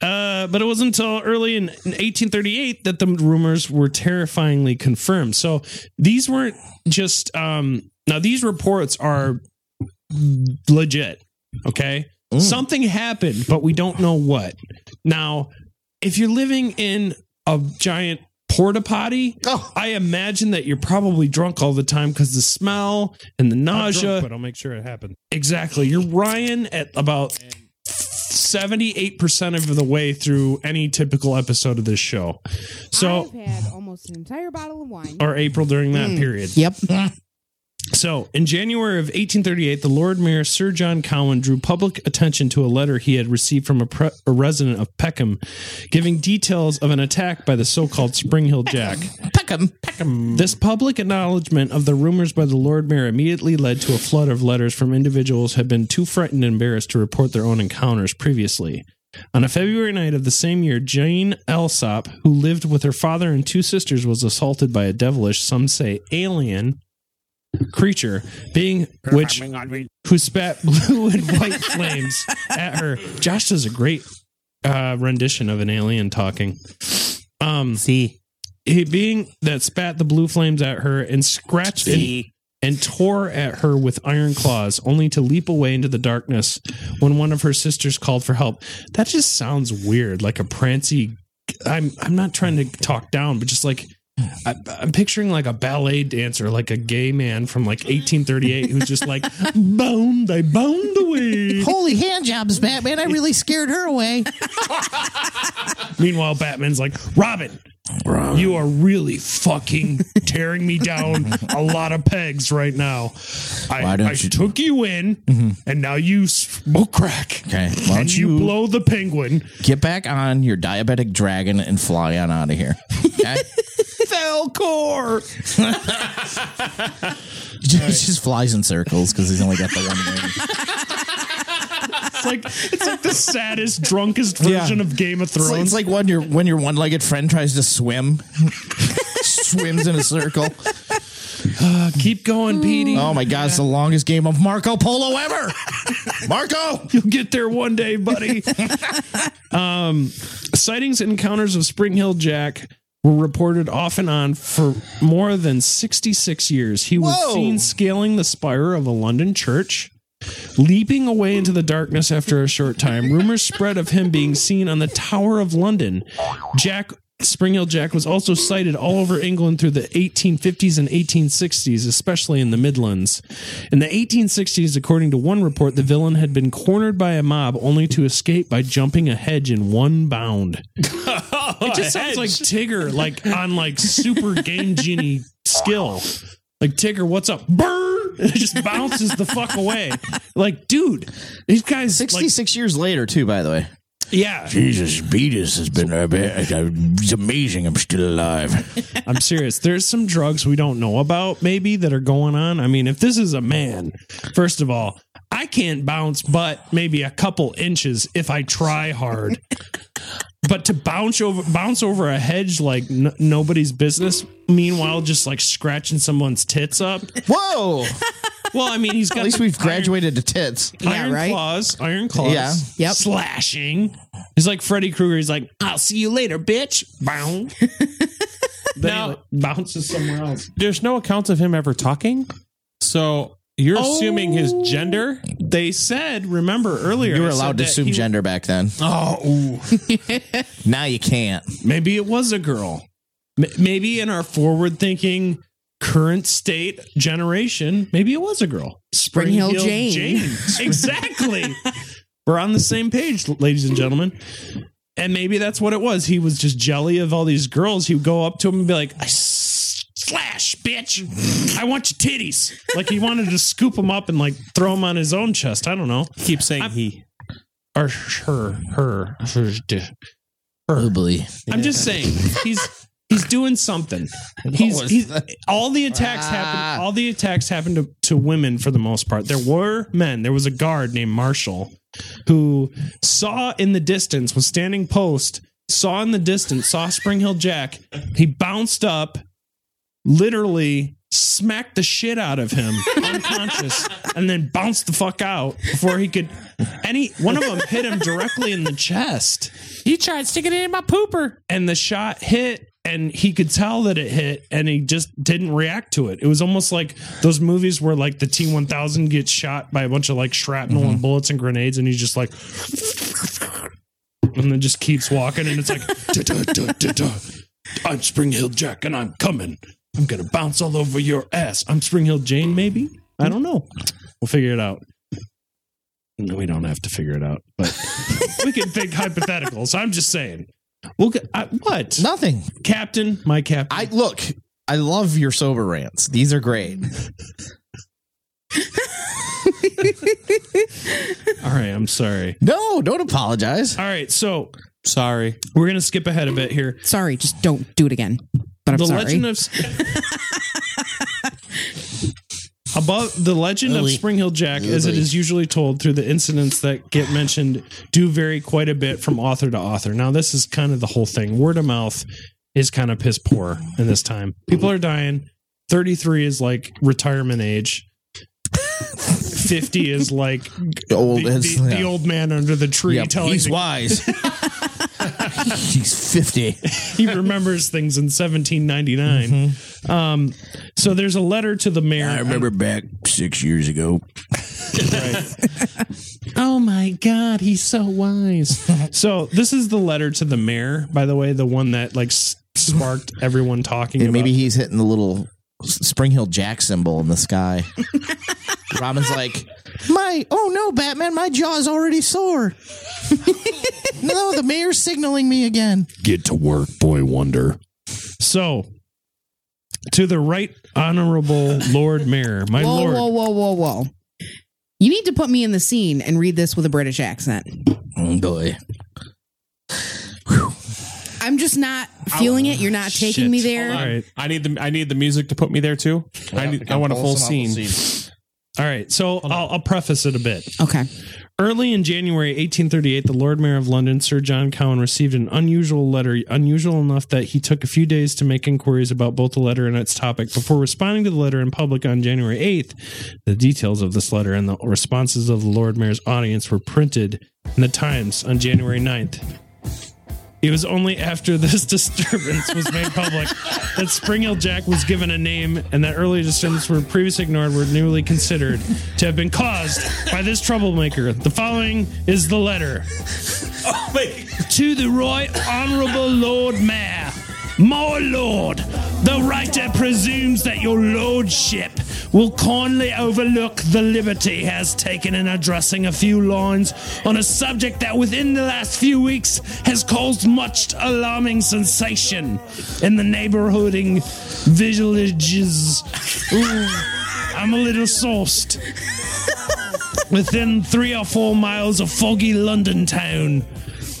Uh, but it wasn't until early in 1838 that the rumors were terrifyingly confirmed. So these weren't just, um, now these reports are legit. Okay. Something happened, but we don't know what. Now, if you're living in a giant porta potty, Oh. I imagine that you're probably drunk all the time because the smell and the nausea. but I'll make sure it happens. Exactly. You're Ryan at about 78% of the way through any typical episode of this show. So, I've had almost an entire bottle of wine. or April during that period. Yep. So, in January of 1838, the Lord Mayor Sir John Cowan drew public attention to a letter he had received from a, pre- a resident of Peckham giving details of an attack by the so called Spring Hill Jack. Peckham. This public acknowledgement of the rumors by the Lord Mayor immediately led to a flood of letters from individuals who had been too frightened and embarrassed to report their own encounters previously. On a February night of the same year, Jane Elsop, who lived with her father and two sisters, was assaulted by a devilish, some say alien, creature, being which who spat blue and white flames at her. Josh does a great uh, rendition of an alien talking. Um, See. he being that spat the blue flames at her and scratched and, and tore at her with iron claws, only to leap away into the darkness when one of her sisters called for help. That just sounds weird, like a prancy. I'm I'm not trying to talk down, but just like I, I'm picturing like a ballet dancer, like a gay man from like 1838, who's just like bound, I bound away. Holy hand jobs, Batman. I really scared her away. Meanwhile, Batman's like, Robin, you are really fucking tearing me down a lot of pegs right now. I, Why don't I you- Mm-hmm. took you in, and now you smoke crack. Okay. Why And don't you Oh, you blow the penguin. get back on your diabetic dragon and fly on out of here? Okay. Falcor. He just flies in circles because he's only got the one wing. It's like it's like the saddest, drunkest version of Game of It's like, Thrones. it's like when your when your one legged friend tries to swim, swims in a circle. Keep going, Petey. Oh my god, it's the longest game of Marco Polo ever. Marco, You'll get there one day, buddy. um, sightings and encounters of Spring Hill Jack were reported off and on for more than 66 years. He was Whoa. seen scaling the spire of a London church. Leaping away into the darkness after a short time, rumors spread of him being seen on the Tower of London. Jack Spring Hill Jack was also sighted all over England through the 1850s and 1860s, especially in the Midlands. In the 1860s, according to one report, the villain had been cornered by a mob only to escape by jumping a hedge in one bound. it just sounds like Tigger, like on like super game genie skill. Like Tigger, what's up? Burn! It just bounces the fuck away. Like, dude, these guys. like- sixty six years later, too. By the way, yeah, Jesus, Beatus has been a bit. It's amazing I'm still alive. I'm serious. There's some drugs we don't know about, maybe that are going on. I mean, if this is a man, first of all, I can't bounce but maybe a couple inches if I try hard. but to bounce over bounce over a hedge like n- nobody's business, meanwhile just like scratching someone's tits up. whoa! Well, I mean, he's got At least the we've iron- graduated to tits. Iron right? claws, iron claws, Yeah. Yep. slashing. He's like Freddy Krueger. He's like, "I'll see you later, bitch." Bow. then Now- he like, bounces somewhere else. There's no accounts of him ever talking. So you're Oh. assuming his gender? They said, remember earlier, You were I said allowed to that assume he- gender back then. Oh, ooh. Now you can't. maybe it was a girl. M- maybe in our forward-thinking current state generation, maybe it was a girl. Spring Hill Jane. exactly. we're on the same page, ladies and gentlemen. And maybe that's what it was. He was just jelly of all these girls. He would go up to him and be like, I s- slash, bitch. I want your titties. Like he wanted to scoop them up and like throw them on his own chest. I don't know. Keep saying he. or her, her, her. Probably. I'm just saying he's he's doing something. He's, was he's all the attacks Ah. happened. All the attacks happened to, to women for the most part. There were men. There was a guard named Marshall who saw in the distance was standing post. Saw in the distance, saw Spring Hill Jack. He bounced up, literally smacked the shit out of him unconscious and then bounced the fuck out before he could any one of them hit him directly in the chest You tried sticking it in my pooper. and the shot hit and he could tell that it hit and he just didn't react to it it was almost like those movies where like the t1000 gets shot by a bunch of like shrapnel and Mm-hmm. bullets and grenades and he's just like and then just keeps walking and it's like "Da, da, da, da, da. i'm spring hill jack and i'm coming i'm gonna bounce all over your ass i'm spring hill jane maybe i don't know we'll figure it out no, we don't have to figure it out but we can think hypotheticals i'm just saying We'll get I, what? Nothing. Captain, my captain. I look. I love your sober rants. These are great. All right, I'm sorry. No, don't apologize. All right, so Sorry. we're gonna skip ahead a bit here. Sorry, just don't do it again. But I'm the sorry. legend of above the legend of Spring Hill Jack, as it is usually told through the incidents that get mentioned, do vary quite a bit from author to author. Now, this is kind of the whole thing. Word of mouth is kind of piss poor in this time. People are dying. Thirty three is like retirement age. Fifty is like Old the, as- the- the yeah. old man under the tree Yep, telling he's the wise. he's fifty. he remembers things in 1799. Um, so there's a letter to the mayor. I remember back six years ago. oh my God, he's so wise. so this is the letter to the mayor, by the way, the one that like s- sparked everyone talking. And maybe about- he's hitting the little S- Spring Hill Jack symbol in the sky. Robin's like, my oh no, Batman, my jaw's already sore. no, the mayor's signaling me again. Get to work, boy wonder. so. To the right honorable Lord Mayor, my whoa, lord. whoa, whoa, whoa, whoa. You need to put me in the scene and read this with a British accent. Oh, boy. I'm just not feeling it. You're not taking me there. Oh, All right. I need the I need the music to put me there too. I need, I want a full scene. All right. So I'll, I'll preface it a bit. Okay. Early in January 1838, the Lord Mayor of London, Sir John Cowan, received an unusual letter, unusual enough that he took a few days to make inquiries about both the letter and its topic before responding to the letter in public on January 8th. The details of this letter and the responses of the Lord Mayor's audience were printed in the Times on January 9th. It was only after this disturbance was made public that Spring Hill Jack was given a name and that early disturbances were previously ignored were newly considered to have been caused by this troublemaker. The following is the letter to the Right Honourable Lord Mayor. My Lord, the writer presumes that your Lordship will kindly overlook the liberty he has taken in addressing a few lines on a subject that within the last few weeks has caused much alarming sensation in the neighbourhooding villages. Ooh, I'm a little sauced within three or four miles of foggy London town.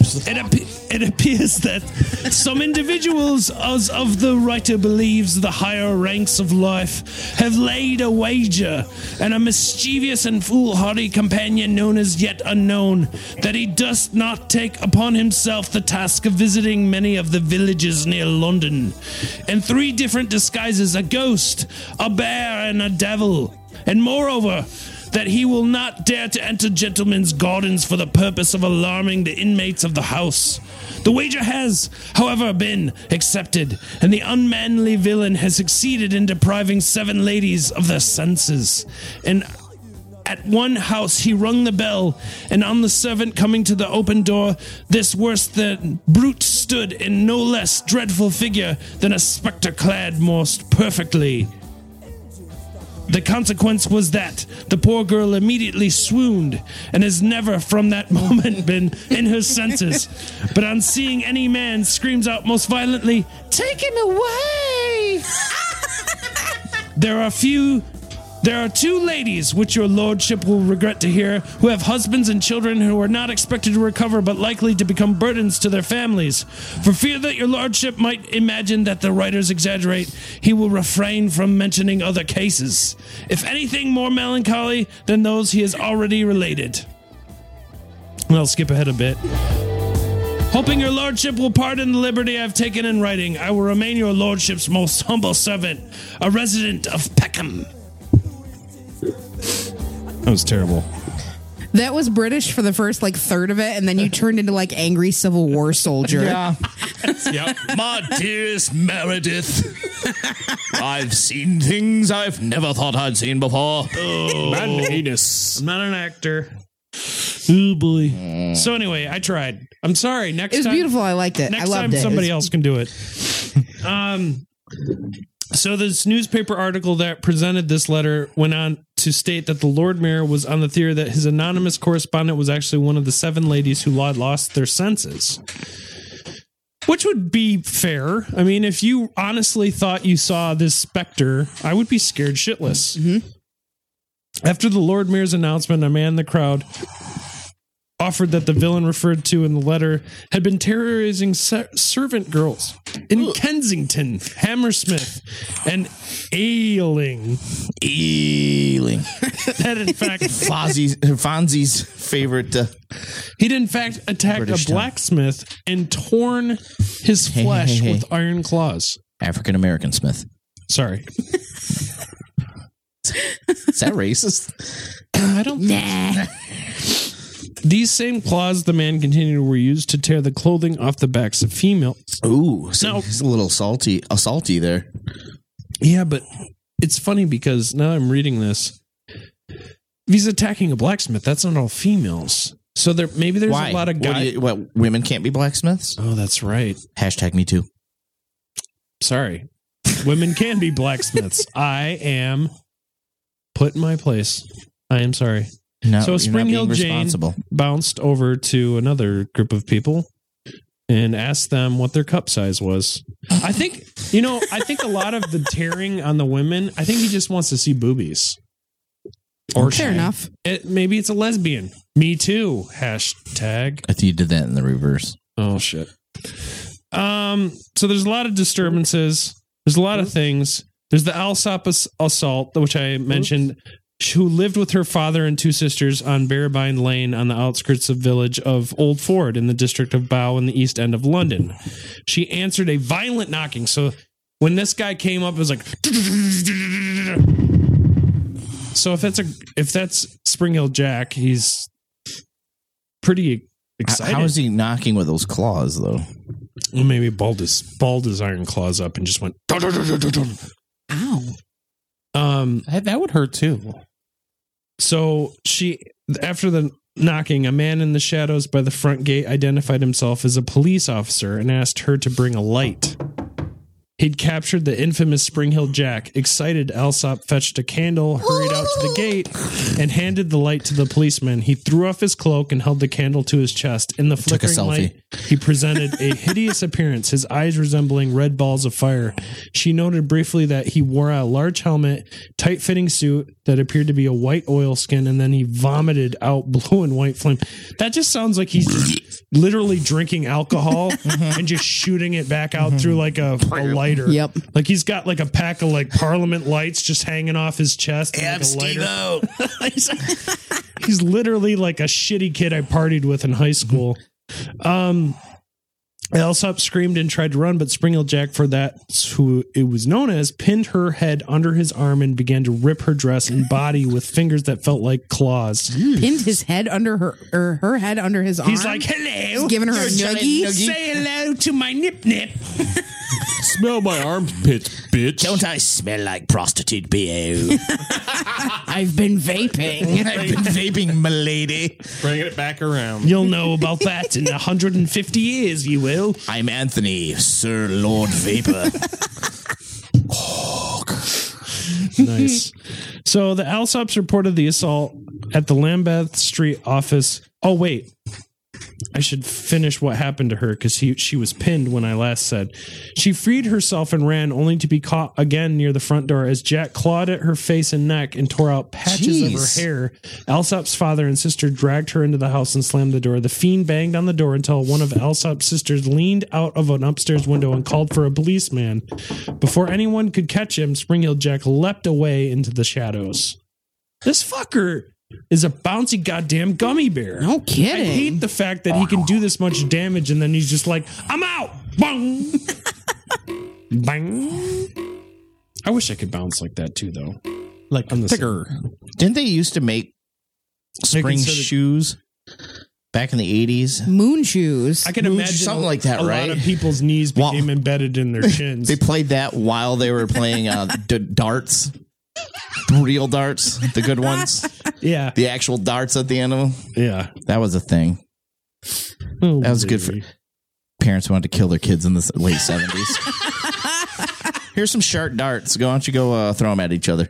It, appe- it appears that some individuals, as of the writer believes, the higher ranks of life, have laid a wager, and a mischievous and foolhardy companion known as Yet Unknown, that he does not take upon himself the task of visiting many of the villages near London. In three different disguises a ghost, a bear, and a devil. And moreover, that he will not dare to enter gentlemen's gardens for the purpose of alarming the inmates of the house. The wager has, however, been accepted, and the unmanly villain has succeeded in depriving seven ladies of their senses. And at one house he rung the bell, and on the servant coming to the open door, this worse than brute stood in no less dreadful figure than a spectre clad most perfectly. The consequence was that the poor girl immediately swooned and has never from that moment been in her senses. But on seeing any man, screams out most violently, Take him away! there are few. There are two ladies, which your lordship will regret to hear, who have husbands and children who are not expected to recover but likely to become burdens to their families. For fear that your lordship might imagine that the writers exaggerate, he will refrain from mentioning other cases, if anything more melancholy than those he has already related. And I'll skip ahead a bit. Hoping your lordship will pardon the liberty I've taken in writing, I will remain your lordship's most humble servant, a resident of Peckham. That was terrible. That was British for the first like third of it, and then you turned into like angry Civil War soldier. Yep. My dearest Meredith, I've seen things I've never thought I'd seen before. I'm not an actor. Oh boy. So anyway, I tried. I'm sorry. Next It was time, beautiful. I liked it. Next I loved time it. somebody It was- else can do it. um, so this newspaper article that presented this letter went on to state that the Lord Mayor was on the theory that his anonymous correspondent was actually one of the seven ladies who lo- lost their senses. Which would be fair. I mean, if you honestly thought you saw this specter, I would be scared shitless. Mm-hmm. After the Lord Mayor's announcement, a man in the crowd offered that the villain referred to in the letter had been terrorizing ser- servant girls in Kensington, Hammersmith, and Ailing. Ealing. That in fact, Fonzie's, Fonzie's favorite. Uh, he'd in fact attacked British a town. blacksmith and torn his hey, flesh hey. with iron claws. African American Smith. Sorry, Is that racist? I don't. These same claws, the man continued, were used to tear the clothing off the backs of females. Ooh, so No. he's a little salty, uh, salty there. Yeah, but it's funny because now I'm reading this. If he's attacking a blacksmith, that's not all females. So there maybe there's a lot of What, do guys. you- what, women can't be blacksmiths? oh, that's right. Hashtag me too. Sorry. Women can be blacksmiths. I am put in my place. I am sorry. No, So you're Spring not Hill being Jane- responsible. Bounced over to another group of people and asked them what their cup size was. I think you know, I think a lot of the tearing on the women, I think he just wants to see boobies. Or Fair enough. It, maybe it's a lesbian. Me too. Hashtag. I think you did that in the reverse. Oh shit. Um. So there's a lot of disturbances. There's a lot of things. There's the Alsop ass- assault, which I mentioned, who lived with her father and two sisters on Barabine Lane on the outskirts of village of Old Ford in the district of Bow in the east end of London. She answered a violent knocking. So when this guy came up, it was like. So if that's a if that's Spring Hill Jack, he's pretty H- excited. How is he knocking with those claws, though? Well, maybe balled his balled his iron claws up and just went. Ow. Um. That, that would hurt too. So she after the knocking, a man in the shadows by the front gate identified himself as a police officer and asked her to bring a light. He'd captured the infamous Spring Hill Jack. Excited, Alsop fetched a candle, hurried out to the gate, and handed the light to the policeman. He threw off his cloak and held the candle to his chest. In the Took a flickering light, selfie. He presented a hideous appearance, his eyes resembling red balls of fire. She noted briefly that he wore a large helmet, tight fitting suit that appeared to be a white oilskin, and then he vomited out blue and white flame. That just sounds like he's just literally drinking alcohol and just shooting it back out through like a, a lighter. Yep. Like he's got like a pack of like parliament lights just hanging off his chest. and, like, a lighter. He's literally like a shitty kid I partied with in high school. Um, Elsop screamed and tried to run, but Spring Hill Jack, for that who it was known as, pinned her head under his arm and began to rip her dress and body with fingers that felt like claws. Pinned his head under her or her head under his arm. He's like, "Hello, He's giving her a giant noogie. noogie. say hello to my nip nip." Smell my armpits, bitch. Don't I smell like prostitute BO? I've been vaping. I've been vaping, milady. Bring it back around. You'll know about that in 150 years. You will. I'm Anthony, Sir Lord Vapor. nice. So the Alsops reported the assault at the Lambeth Street office. Oh wait, I should finish what happened to her because he she was pinned when I last said. She freed herself and ran, only to be caught again near the front door as Jack clawed at her face and neck and tore out patches Jeez. of her hair. Alsop's father and sister dragged her into the house and slammed the door. The fiend banged on the door until one of Alsop's sisters leaned out of an upstairs window and called for a policeman. Before anyone could catch him, Springhill Jack leapt away into the shadows. This fucker is a bouncy goddamn gummy bear. No I hate kidding. the fact that he can do this much damage and then he's just like, I'm out. Bang. Bang. I wish I could bounce like that too, though. Like on the thicker. Didn't they used to make spring so that- shoes back in the 80s? Moon shoes. I can Moon- imagine something a- like that, A right? lot of people's knees Wow. became embedded in their chins. They played that while they were playing uh, d- darts, real darts, the good ones, yeah, the actual darts at the end of them. yeah. That was a thing. Oh, That was good for parents wanted to kill their kids in the s- late 70s. Here's some sharp darts. Go, why don't you go uh, throw them at each other?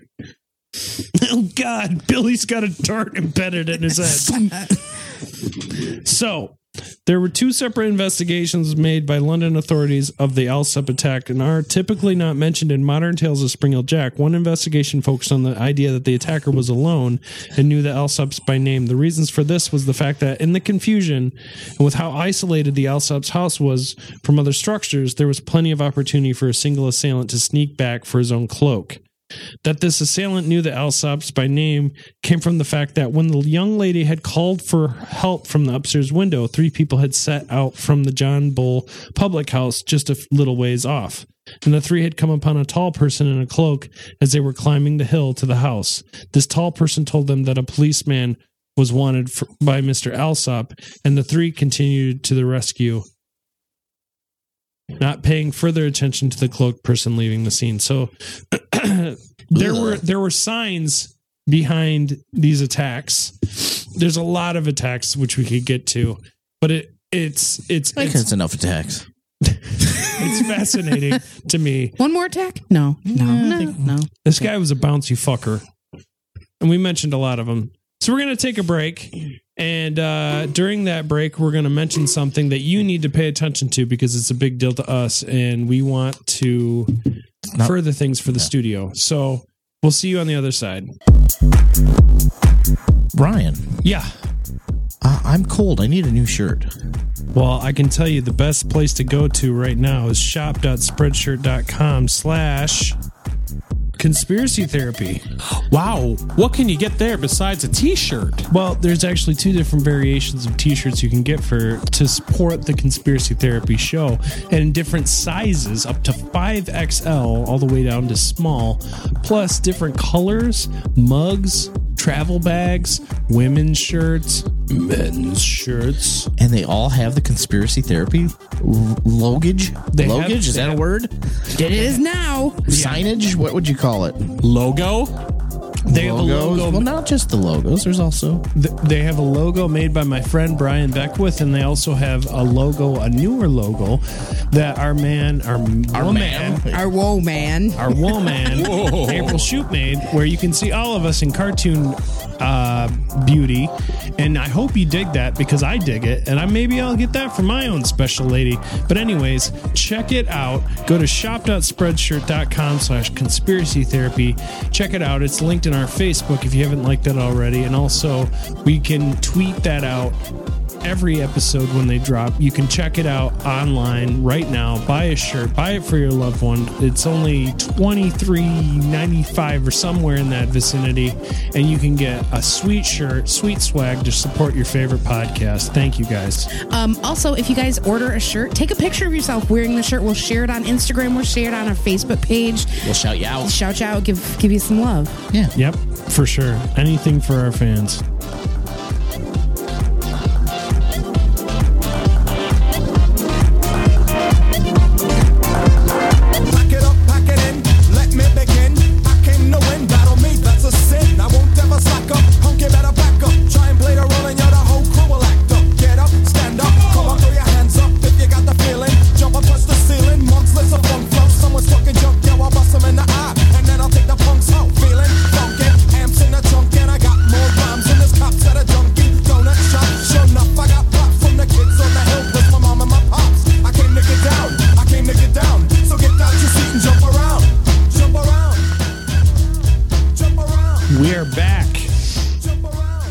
Oh God, Billy's got a dart embedded in his head. Uh, so there were two separate investigations made by London authorities of the Alsep attack and are typically not mentioned in modern tales of Spring Hill Jack. One investigation focused on the idea that the attacker was alone and knew the Alseps by name. The reasons for this was the fact that in the confusion and with how isolated the Alsep's house was from other structures, there was plenty of opportunity for a single assailant to sneak back for his own cloak that this assailant knew the Alsops by name came from the fact that when the young lady had called for help from the upstairs window, three people had set out from the John Bull public house just a f- little ways off. And the three had come upon a tall person in a cloak as they were climbing the hill to the house. This tall person told them that a policeman was wanted for, by Mr. Alsop, and the three continued to the rescue, not paying further attention to the cloaked person leaving the scene. So there were there were signs behind these attacks. There's a lot of attacks which we could get to, but it it's it's I think it's, that's enough attacks. it's fascinating to me. One more attack? No, no, no, no. This guy was a bouncy fucker, and we mentioned a lot of them. So we're gonna take a break, and uh, during that break, we're gonna mention something that you need to pay attention to because it's a big deal to us, and we want to not- further things for the studio. So we'll see you on the other side. Ryan, Yeah. uh, I'm cold. I need a new shirt. Well, I can tell you the best place to go to right now is shop.spreadshirt.com slash conspiracy therapy. Wow, what can you get there besides a T-shirt? Well, there's actually two different variations of t-shirts you can get for to support the conspiracy therapy show and in different sizes up to 5XL all the way down to small, plus different colors, mugs, travel bags, women's shirts, men's shirts. And they all have the conspiracy therapy l- logage. They have- logage is they that a have- word? It is now. Signage? What would you call it? Logo? They have a logos. logo Well, not just the logos. There's also Th- they have a logo made by my friend Brian Beckwith, and they also have a logo, a newer logo, that our man, our, woman, Our woe man. our woman, Whoa. April Shoot made, where you can see all of us in cartoon uh, beauty. And I hope you dig that because I dig it, and I maybe I'll get that for my own special lady. But anyways, check it out. Go to shop.spreadshirt.com slash conspiracy therapy. Check it out. It's linked in our Facebook if you haven't liked it already. And also we can tweet that out every episode when they drop. You can check it out online right now. Buy a shirt, buy it for your loved one. It's only $23.95 or somewhere in that vicinity. And you can get a sweet shirt, sweet swag to support your favorite podcast. Thank you guys. Um, also, if you guys order a shirt, take a picture of yourself wearing the shirt. We'll share it on Instagram. We'll share it on our Facebook page. we'll shout you out. Shout you out. Give give you some love. Yep, for sure. Anything for our fans. Pack it up, pack it in, let me begin. I came to win, battle me, that's a sin. I won't ever slack up, punk, you better back up. Try and play the role and you're the whole crew will act up. Get up, stand up, come on, throw your hands up if you got the feeling. Jump up, touch the ceiling, monks, let's up, one flow. Someone's talking junk, yo, I'll bust 'em in the eye. And then I'll take the punks out, feeling funky. Amps in the trunk and I got more rhymes than this cops at a Dunkin' Donut shop. Sure enough, I got pop from the kids on the hill with my mom and my pops. I came to get down, I came to get down. So get out your seat and jump around, jump around, jump around, We are back. jump around.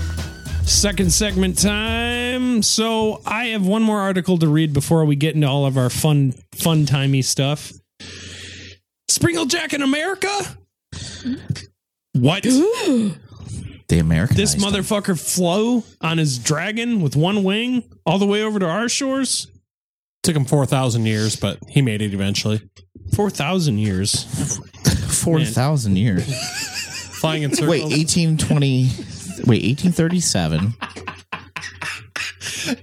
Second segment time. So I have one more article to read before we get into all of our fun, fun timey stuff. Springle Jack in America? What? They American. This motherfucker flew on his dragon with one wing all the way over to our shores. Took him 4,000 years, but he made it eventually. Four thousand years. four thousand years. Flying in circles. Wait, eighteen twenty. Wait, eighteen thirty-seven.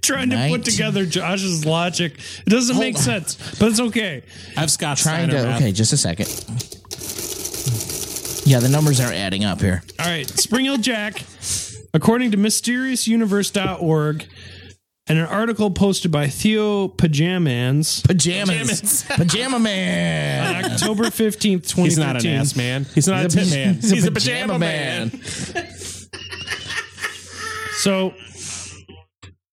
Trying to Nineteen- put together Josh's logic. It doesn't make sense, but it's okay. I've Scott Trying Steiner to. math. Okay, just a second. Yeah, the numbers are adding up here. All right, Spring Hill Jack, according to mysteriousuniverse.org and an article posted by Theo Pajamans Pajamas. Pajama man. on October 15th, 2015. He's not an ass man. He's not a tit man. He's, a pajama, man. So,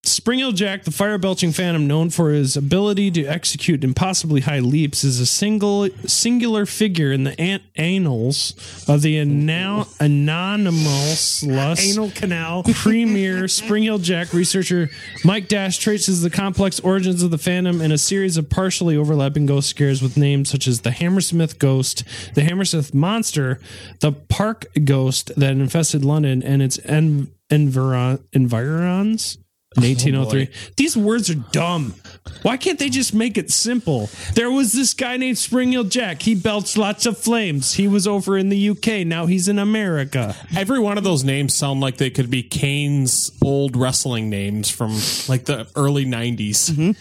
Spring Hill Jack, the fire belching phantom known for his ability to execute impossibly high leaps, is a single singular figure in the an- annals of the ana- anonymous anal canal premier Spring Hill Jack researcher Mike Dash traces the complex origins of the phantom in a series of partially overlapping ghost scares with names such as the Hammersmith ghost, the Hammersmith monster, the park ghost that infested London and its en- environ- environs in 1803. These words are dumb. Why can't they just make it simple? There was this guy named Spring Hill Jack. He belched lots of flames. He was over in the UK. Now he's in America. Every one of those names sound like they could be Kane's old wrestling names from like the early 90s. Mm-hmm.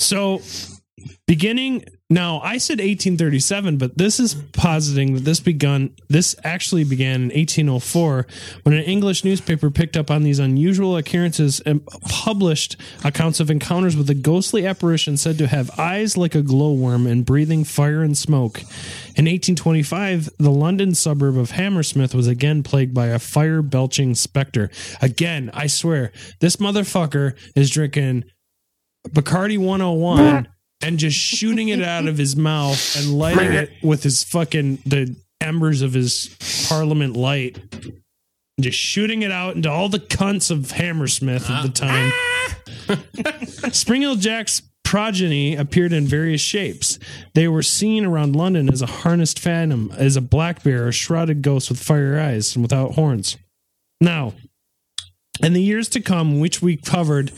So, beginning now, I said 1837, but this is positing that this begun. This actually began in 1804 when an English newspaper picked up on these unusual occurrences and published accounts of encounters with a ghostly apparition said to have eyes like a glowworm and breathing fire and smoke. In 1825, the London suburb of Hammersmith was again plagued by a fire belching specter. Again, I swear, this motherfucker is drinking Bacardi 101 and just shooting it out of his mouth and lighting it with his fucking the embers of his parliament light. Just shooting it out into all the cunts of Hammersmith at the time. Spring Hill Jack's progeny appeared in various shapes. They were seen around London as a harnessed phantom, as a black bear, a shrouded ghost with fire eyes and without horns. Now, in the years to come, which we covered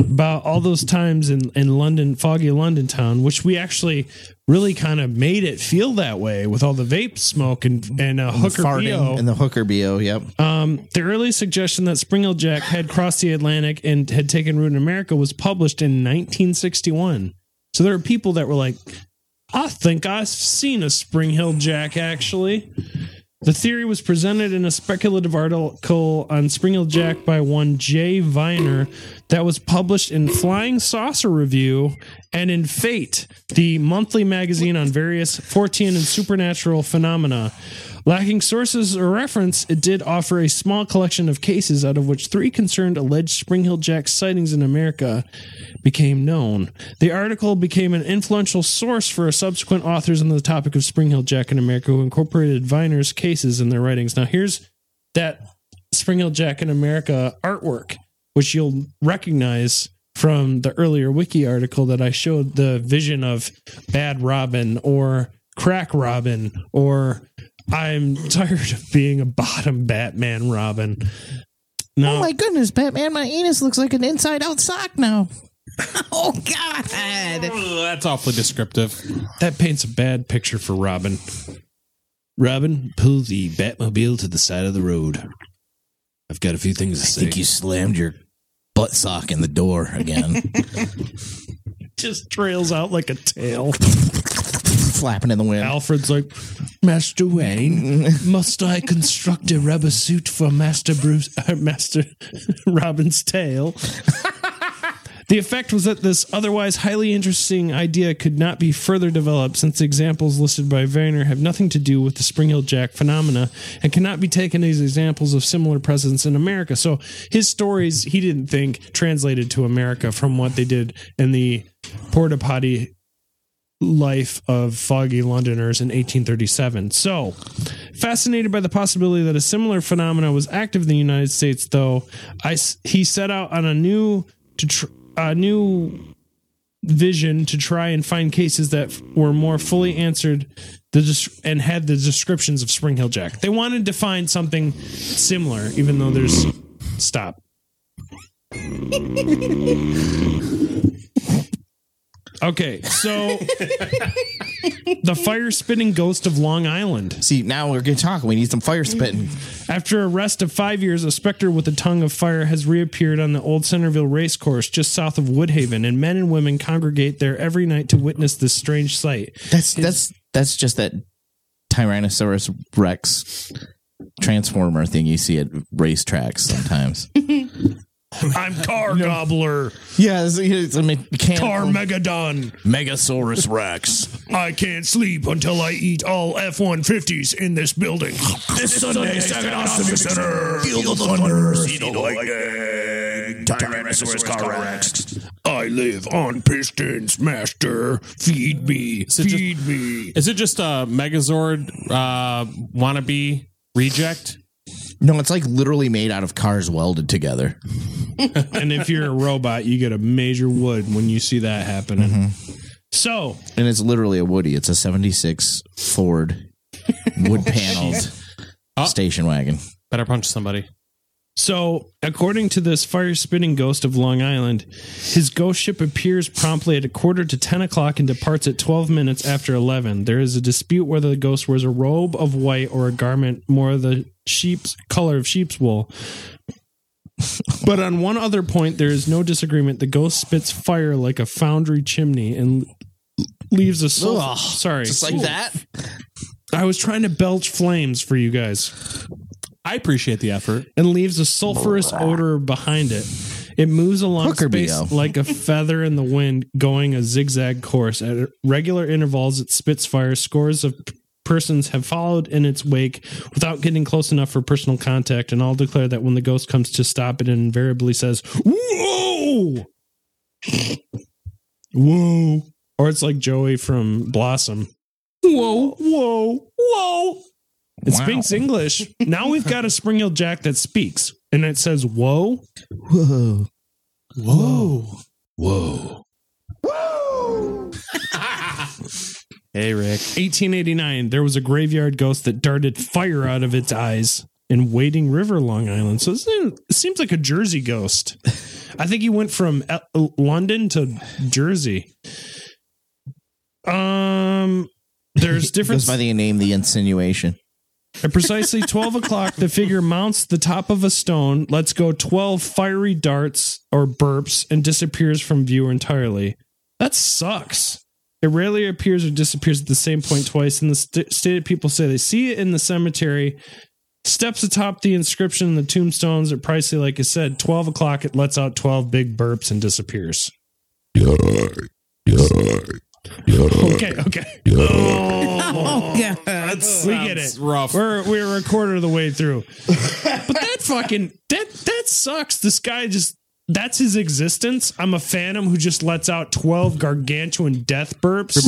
about all those times in, in London, foggy London town, which we actually really kind of made it feel that way with all the vape smoke and and uh, hooker BO. and the hooker bo. Yep. The early suggestion that Springhill Jack had crossed the Atlantic and had taken root in America was published in 1961. So there are people that were like, I think I've seen a Springhill Jack actually. The theory was presented in a speculative article on Springhill Jack by one Jay Viner that was published in Flying Saucer Review and in Fate, the monthly magazine on various 14 and supernatural phenomena. Lacking sources or reference, it did offer a small collection of cases out of which three concerned alleged Springhill Jack sightings in America became known. The article became an influential source for subsequent authors on the topic of Springhill Jack in America who incorporated Viner's cases in their writings. Now, here's that Springhill Jack in America artwork, which you'll recognize from the earlier wiki article that I showed the vision of Bad Robin or Crack Robin or I'm tired of being a bottom Batman Robin. No, Oh my goodness, Batman! My anus looks like an inside-out sock now. Oh God! Ugh, That's awfully descriptive. that paints a bad picture for Robin. Robin, pull the Batmobile to the side of the road. I've got a few things to I think you slammed your butt sock in the door again, just trails out like a tail. flapping in the wind. Alfred's like, Master Wayne, must I construct a rubber suit for Master Bruce, uh, Master Robin's tail? The effect was that this otherwise highly interesting idea could not be further developed since the examples listed by Vayner have nothing to do with the Spring Hill Jack phenomena and cannot be taken as examples of similar presence in America. So his stories, he didn't think, translated to America from what they did in the porta potty life of foggy Londoners in 1837. So, fascinated by the possibility that a similar phenomena was active in the United States, though, I s- he set out on a new to tr- a new vision to try and find cases that f- were more fully answered the des- and had the descriptions of Spring Hill Jack. They wanted to find something similar, even though there's stop. Okay, so the fire spitting ghost of Long Island. See, now we're good talking. We need some fire spitting. After a rest of five years, a specter with a tongue of fire has reappeared on the old Centerville racecourse just south of Woodhaven, and men and women congregate there every night to witness this strange sight. That's that's that's just that Tyrannosaurus Rex transformer thing you see at racetracks sometimes. I'm Car Gobbler, yeah, it's, it's a mechanical Car Megadon. Megasaurus Rex. I can't sleep until I eat all F 150s in this building. This Sunday, Saganostomy Center. Feel the thunder. See the lightning. Tyrannosaurus Car Rex. I live on pistons, master. Feed me. it just- feed me. Is it just a Megazord uh, wannabe reject? No, it's like literally made out of cars welded together. And if you're a robot, you get a major wood when you see that happening. So, And it's literally a Woody. It's a 76 Ford wood paneled station wagon. Better punch somebody. So, according to this fire spitting ghost of Long Island, his ghost ship appears promptly at a quarter to 10 o'clock and departs at 12 minutes after 11. There is a dispute whether the ghost wears a robe of white or a garment more of the sheep's color of sheep's wool. But on one other point, there is no disagreement. The ghost spits fire like a foundry chimney and leaves a soul. sorry. Just like that? I was trying to belch flames for you guys I appreciate the effort. and leaves a sulfurous odor behind it. It moves along Hooker space BO. like a feather in the wind, going a zigzag course. At regular intervals, it spits fire. Scores of p- persons have followed in its wake without getting close enough for personal contact, and all declare that when the ghost comes to stop, it invariably says, Whoa! Whoa. Or it's like Joey from Blossom. Whoa, whoa, whoa. It Wow. speaks English. Now we've got a Spring Hill Jack that speaks, and it says, "Whoa, Whoa. whoa." Hey, Rick. 1889, there was a graveyard ghost that darted fire out of its eyes in Wading River, Long Island. So this is- it seems like a Jersey ghost. I think he went from L- London to Jersey. Um, there's different. Goes by the name The Insinuation. At precisely 12 o'clock, the figure mounts the top of a stone, lets go 12 fiery darts or burps, and disappears from view entirely. That sucks. It rarely appears or disappears at the same point twice, and the st- stated people say they see it in the cemetery. Steps atop the inscription and the tombstones at Pricey, like I said, 12 o'clock, it lets out 12 big burps and disappears. Okay, okay. Oh, yeah. we get it. rough. We're we're a quarter of the way through. but that fucking that that sucks. This guy just that's his existence. I'm a phantom who just lets out 12 gargantuan death burps.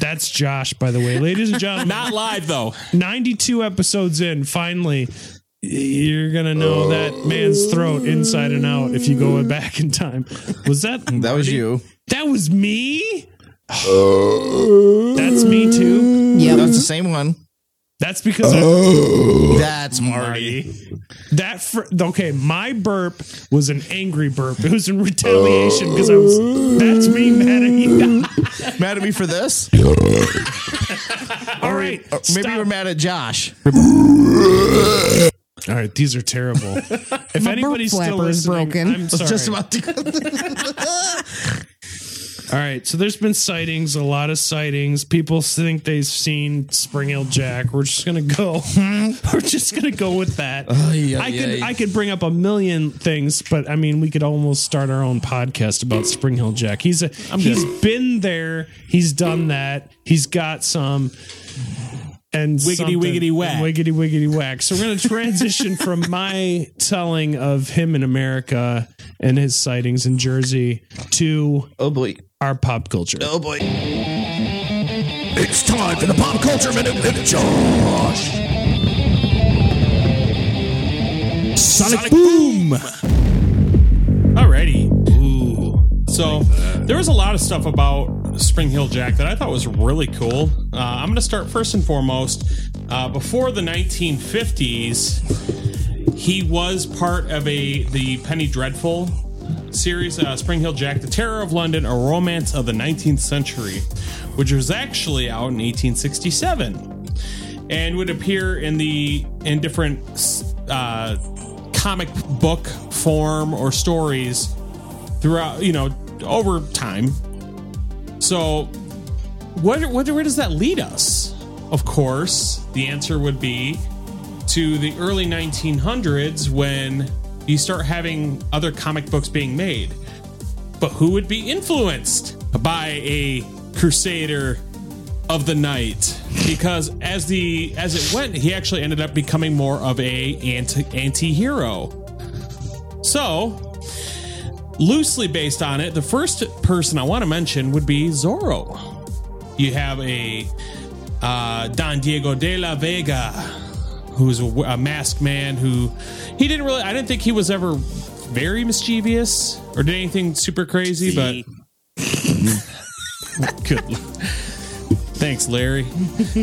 that's Josh, by the way. Ladies and gentlemen, Not live though. 92 episodes in, finally. You're gonna know that man's throat inside and out if you go back in time. Was that That was you. that was me? Oh. That's me too. That Yep. was the same one. That's because I That's Marty. That fr- okay, my burp was an angry burp. It was in retaliation because I was. That's me, mad at you. Mad at me for this? All right, uh, Maybe stop. you were mad at Josh. All right, these are terrible. If My burp anybody's still flapper is listening, broken. I'm sorry. Just about to go. All right, so there's been sightings, a lot of sightings. People think they've seen Spring Hill Jack. We're just gonna go. We're just gonna go with that. yeah, I could yeah. I could bring up a million things, but I mean, we could almost start our own podcast about Spring Hill Jack. He's a he's been there. He's done that. He's got some. And Wiggity, something- wiggity, whack. and Wiggity wiggity whack. So we're going to transition from my telling of him in America and his sightings in Jersey to Oh boy. our pop culture. Oh boy. It's time for the Pop Culture Minute with Josh. Sonic, Boom! Alrighty. Ooh. So there was a lot of stuff about Spring Hill Jack that I thought was really cool. Um, Uh, I'm going to start first and foremost. Uh, before the 1950s, he was part of a the Penny Dreadful series, uh, Spring Hill Jack, The Terror of London, A Romance of the 19th Century, which was actually out in 1867 and would appear in the in different uh, comic book form or stories throughout you know over time so what, what where does that lead us of course the answer would be to the early 1900s when you start having other comic books being made but who would be influenced by a crusader of the night because as the as it went he actually ended up becoming more of a anti anti-hero so loosely based on it the first person i want to mention would be zorro you have a uh, don diego de la vega who's a, a masked man who he didn't really i didn't think he was ever very mischievous or did anything super crazy but Good. l- Thanks, Larry.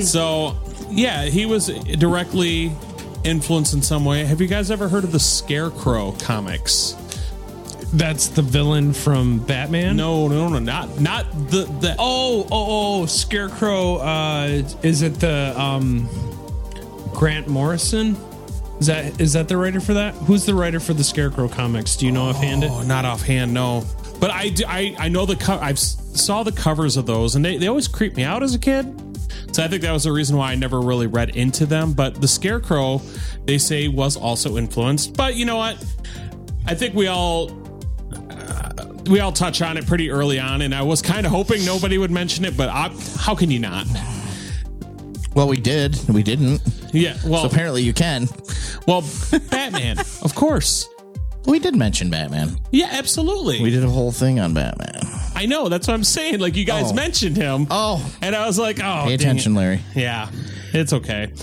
so, yeah, he was directly influenced in some way. Have you guys ever heard of the Scarecrow comics? That's the villain from Batman. No, no, no, not not the the Oh, oh, oh, Scarecrow. Uh, is it the um, Grant Morrison? Is that is that the writer for that? Who's the writer for the Scarecrow comics? Do you know offhand? It? Oh, not offhand, no. But I do, I I know the co- I've s- saw the covers of those, and they they always creep me out as a kid. So I think that was the reason why I never really read into them. But the Scarecrow, they say, was also influenced. But you know what? I think we all uh, we all touch on it pretty early on, and I was kind of hoping nobody would mention it. But I, how can you not? Well, we did. We didn't. Yeah. So Well, apparently you can. well, Batman, of course. We did mention Batman. Yeah, absolutely. We did a whole thing on Batman. I know. That's what I'm saying. Like you guys Oh. mentioned him. Oh. and I was like, oh, dang Pay it. attention, Larry. Yeah, it's okay.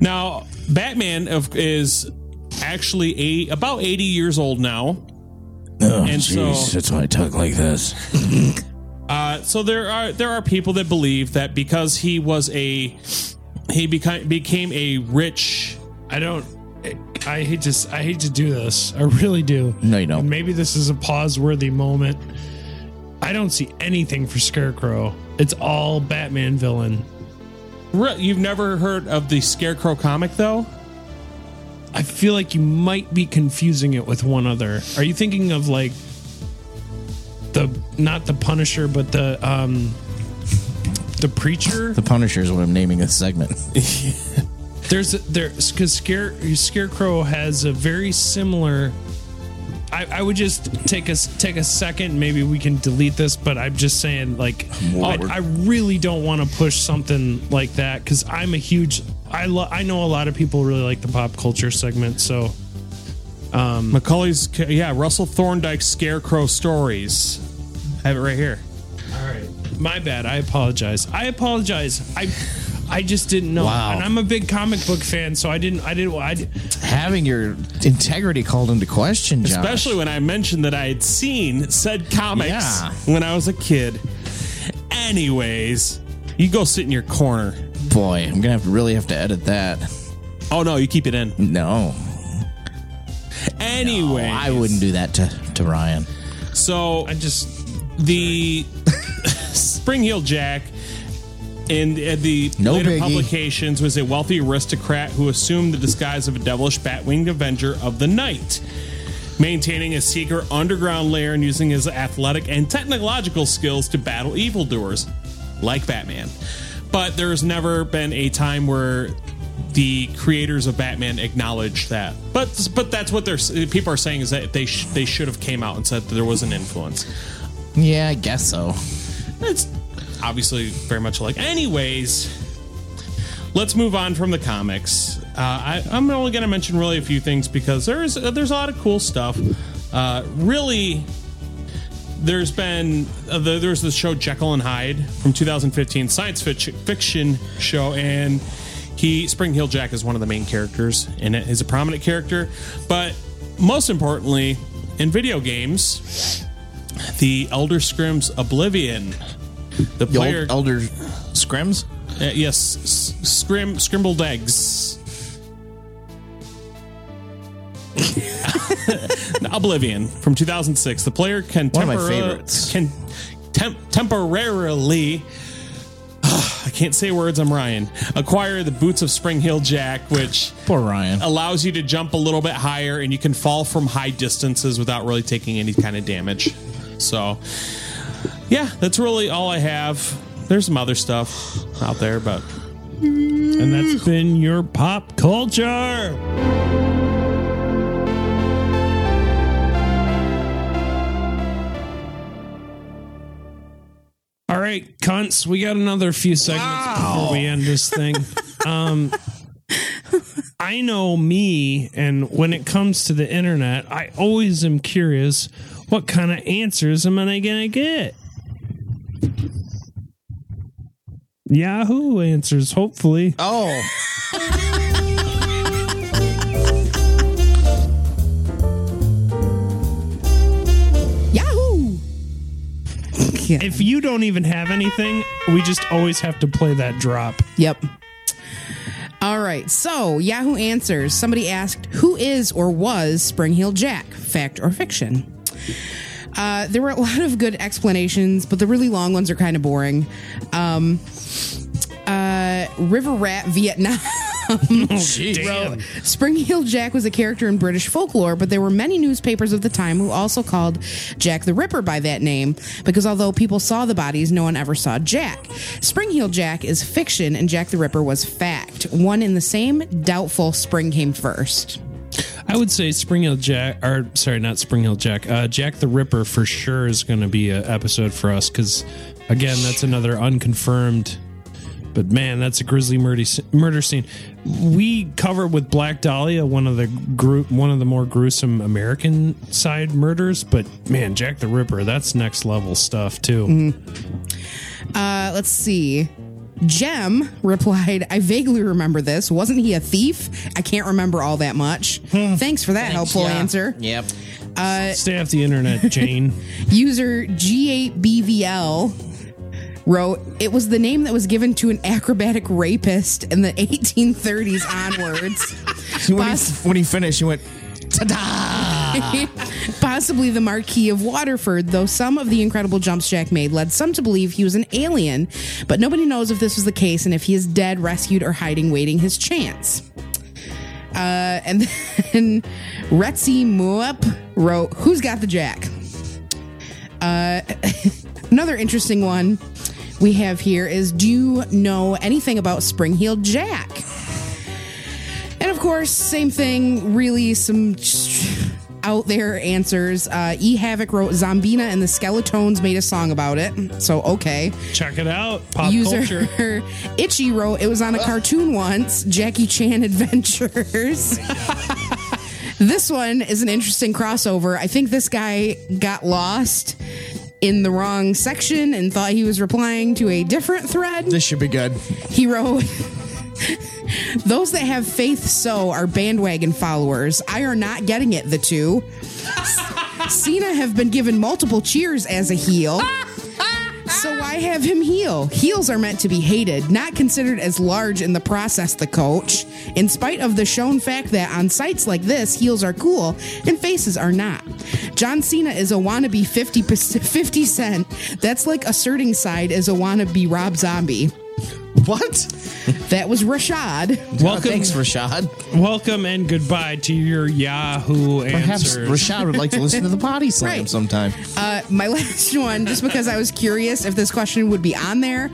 Now, Batman of, is actually a about 80 years old now. Oh, And so- jeez, that's why I talk like this. Uh, so there are there are people that believe that because he was a he became became a rich I don't. I hate to. s- I hate to do this. I really do. No, you And don't. maybe this is a pause-worthy moment. I don't see anything for Scarecrow. It's all Batman villain. re- you've never heard of the Scarecrow comic though? I feel like you might be confusing it with one other. Are you thinking of like the not the Punisher, but the um the preacher? The Punisher is what I'm naming this segment. There's a, there because Scare, Scarecrow has a very similar. I, I would just take us take a second. Maybe we can delete this, but I'm just saying, like, I, I really don't want to push something like that because I'm a huge. I lo- I know a lot of people really like the pop culture segment, so um, Macaulay's yeah Russell Thorndike's Scarecrow stories. I have it right here. All right. My bad. I apologize. I apologize. I I just didn't know. Wow. And I'm a big comic book fan, so I didn't I didn't I did- Having your integrity called into question, Josh. Especially when I mentioned that I had seen said comics Yeah. when I was a kid. Anyways, you go sit in your corner. boy, I'm gonna have to really have to edit that. Oh no, you keep it in. No, Anyway, I wouldn't do that to to Ryan. So I just the Spring Heel Jack in uh, the No later biggie. publications was a wealthy aristocrat who assumed the disguise of a devilish bat-winged avenger of the night. Maintaining a secret underground lair and using his athletic and technological skills to battle evildoers like Batman. But there's never been a time where the creators of Batman acknowledged that. But but that's what they're people are saying is that they sh- they should have came out and said that there was an influence. Yeah, I guess so. It's obviously very much like. Anyways, let's move on from the comics. Uh, I, I'm only going to mention really a few things because there's uh, there's a lot of cool stuff. Uh, really, there's been uh, the, there's the show Jekyll and Hyde from 2015, science fic- fiction show, and he Spring Heel Jack is one of the main characters in it. He's a prominent character, but most importantly, in video games, the Elder Scrims Oblivion. The The old- player Elder Scrims. Uh, yes, s- scrim scrimbled eggs. Oblivion from 2006. The player can One of my tempora- favorites. can tem- temporarily. I can't say words. I'm Ryan. Acquire the boots of Spring Hill Jack, which Poor Ryan. allows you to jump a little bit higher and you can fall from high distances without really taking any kind of damage. So, yeah, that's really all I have. There's some other stuff out there, but And that's been your pop culture. All right, cunts, we got another few segments before we end this thing. um, I know me, and when it comes to the internet, I always am curious what kind of answers am I going to get? Yahoo answers, hopefully. Oh, Yahoo! If you don't even have anything, we just always have to play that drop. Yep. All right. So Yahoo Answers. Somebody asked, who is or was Spring Hill Jack? Fact or fiction? Uh, there were a lot of good explanations, but the really long ones are kind of boring. Um, uh, River Rat Vietnam. Wrote, Spring Hill Jack was a character in British folklore, but there were many newspapers of the time who also called Jack the Ripper by that name because although people saw the bodies, no one ever saw Jack. Spring Hill Jack is fiction and Jack the Ripper was fact. One in the same, doubtful Spring came first. I would say Spring Hill Jack, or sorry, not Spring Hill Jack. Uh, Jack the Ripper for sure is going to be an episode for us because, again, that's another unconfirmed. But man, that's a grisly murder murder scene. We covered with Black Dahlia one of the group one of the more gruesome American side murders. But man, Jack the Ripper, that's next level stuff too. Uh, let's see. Jem replied, I vaguely remember this. Wasn't he a thief? I can't remember all that much. Thanks for that helpful yeah. answer. Yep. Stay off the internet, Jane. User G8BVL wrote, It was the name that was given to an acrobatic rapist in the 1830s onwards. When he, Poss- when he finished, he went, ta-da! possibly the Marquis of Waterford, though some of the incredible jumps Jack made led some to believe he was an alien, but nobody knows if this was the case and if he is dead, rescued, or hiding, waiting his chance. Uh, and then Retzi Muep wrote, Who's got the Jack? Uh, Another interesting one we have here is Do you know anything about Spring Heeled Jack? And of course, same thing, really some out there answers. Uh, e Havoc wrote Zombina and the Skeletones made a song about it. So, okay. Check it out, pop culture. User Itchy wrote it was on a cartoon once, Jackie Chan Adventures. this one is an interesting crossover. I think this guy got lost in the wrong section and thought he was replying to a different thread. This should be good. He wrote Those that have faith so are bandwagon followers. I are not getting it, the two. Cena have been given multiple cheers as a heel. So why have him heel? Heels are meant to be hated, not considered as large in the process, the coach. In spite of the shown fact that on sites like this, heels are cool and faces are not. John Cena is a wannabe 50, 50 cent. That's like asserting side is a wannabe Rob Zombie. What? That was Rashad. Welcome. thanks, Rashad. Welcome and goodbye to your Yahoo Perhaps answers. Rashad would like to listen to the body slam Right. sometime. Uh, my last one, just because I was curious if this question would be on there.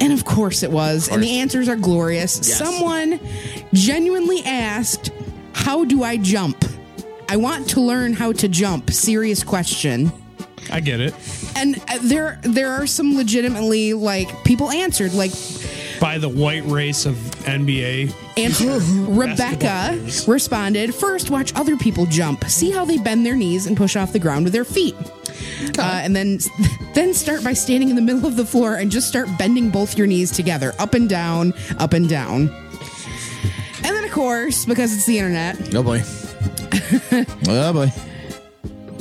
And of course it was. And the answers are glorious. Someone genuinely asked, How do I jump? I want to learn how to jump. Serious question. I get it. And uh, there, there are some legitimately like people answered, like by the white race of NBA. And Rebecca players. responded, First, watch other people jump. See how they bend their knees and push off the ground with their feet. Uh, and then, then start by standing in the middle of the floor and just start bending both your knees together, up and down, up and down. And then, of course, because it's the internet, Oh, boy. oh, boy.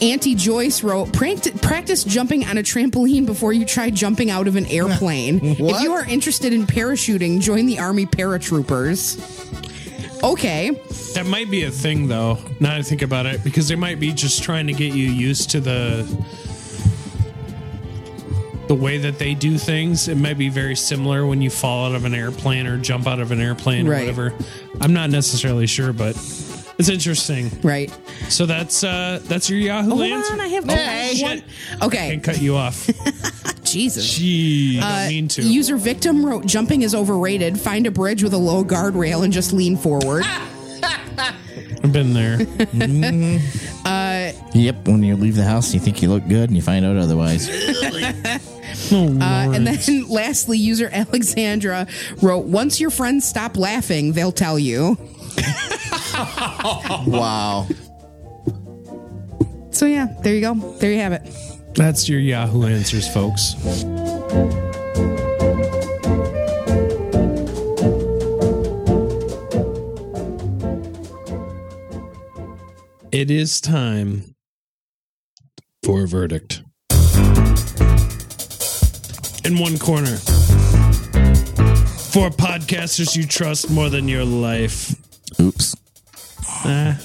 Auntie Joyce wrote, "Pract- practice jumping on a trampoline before you try jumping out of an airplane. if you are interested in parachuting, join the Army paratroopers. Okay. That might be a thing, though. Now that I think about it, because they might be just trying to get you used to the the way that they do things. It might be very similar when you fall out of an airplane or jump out of an airplane Right. or whatever. I'm not necessarily sure, but it's interesting. Right. So that's uh that's your Yahoo Oh, Hold answer. on, I have Shit. one. I Okay. can cut you off. Jesus. Gee, I Uh, don't mean to. User victim wrote, "Jumping is overrated. Find a bridge with a low guardrail and just lean forward." I've been there. Yep, when you leave the house, you think you look good, and you find out otherwise. Uh, and then lastly, user Alexandra wrote, Once your friends stop laughing, they'll tell you. wow. So, yeah, there you go. There you have it. That's your Yahoo answers, folks. It is time for a verdict. In one corner, for podcasters you trust more than your life. Oops. Eh,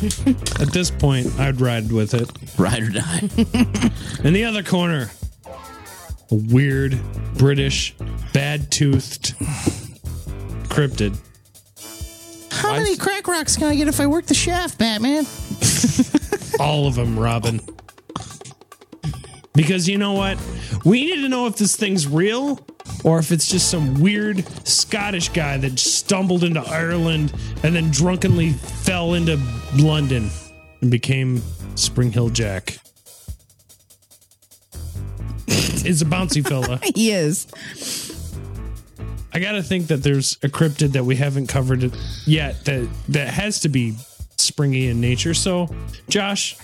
at this point, I'd ride with it. Ride or die. In the other corner, a weird British bad toothed cryptid. How many crack rocks can I get if I work the shaft, Batman? All of them, Robin. Because you know what? We need to know if this thing's real or if it's just some weird Scottish guy that stumbled into Ireland and then drunkenly fell into London and became Spring Hill Jack. It's a bouncy fella. He is. I gotta think that there's a cryptid that we haven't covered it yet that that has to be springy in nature. So, Josh,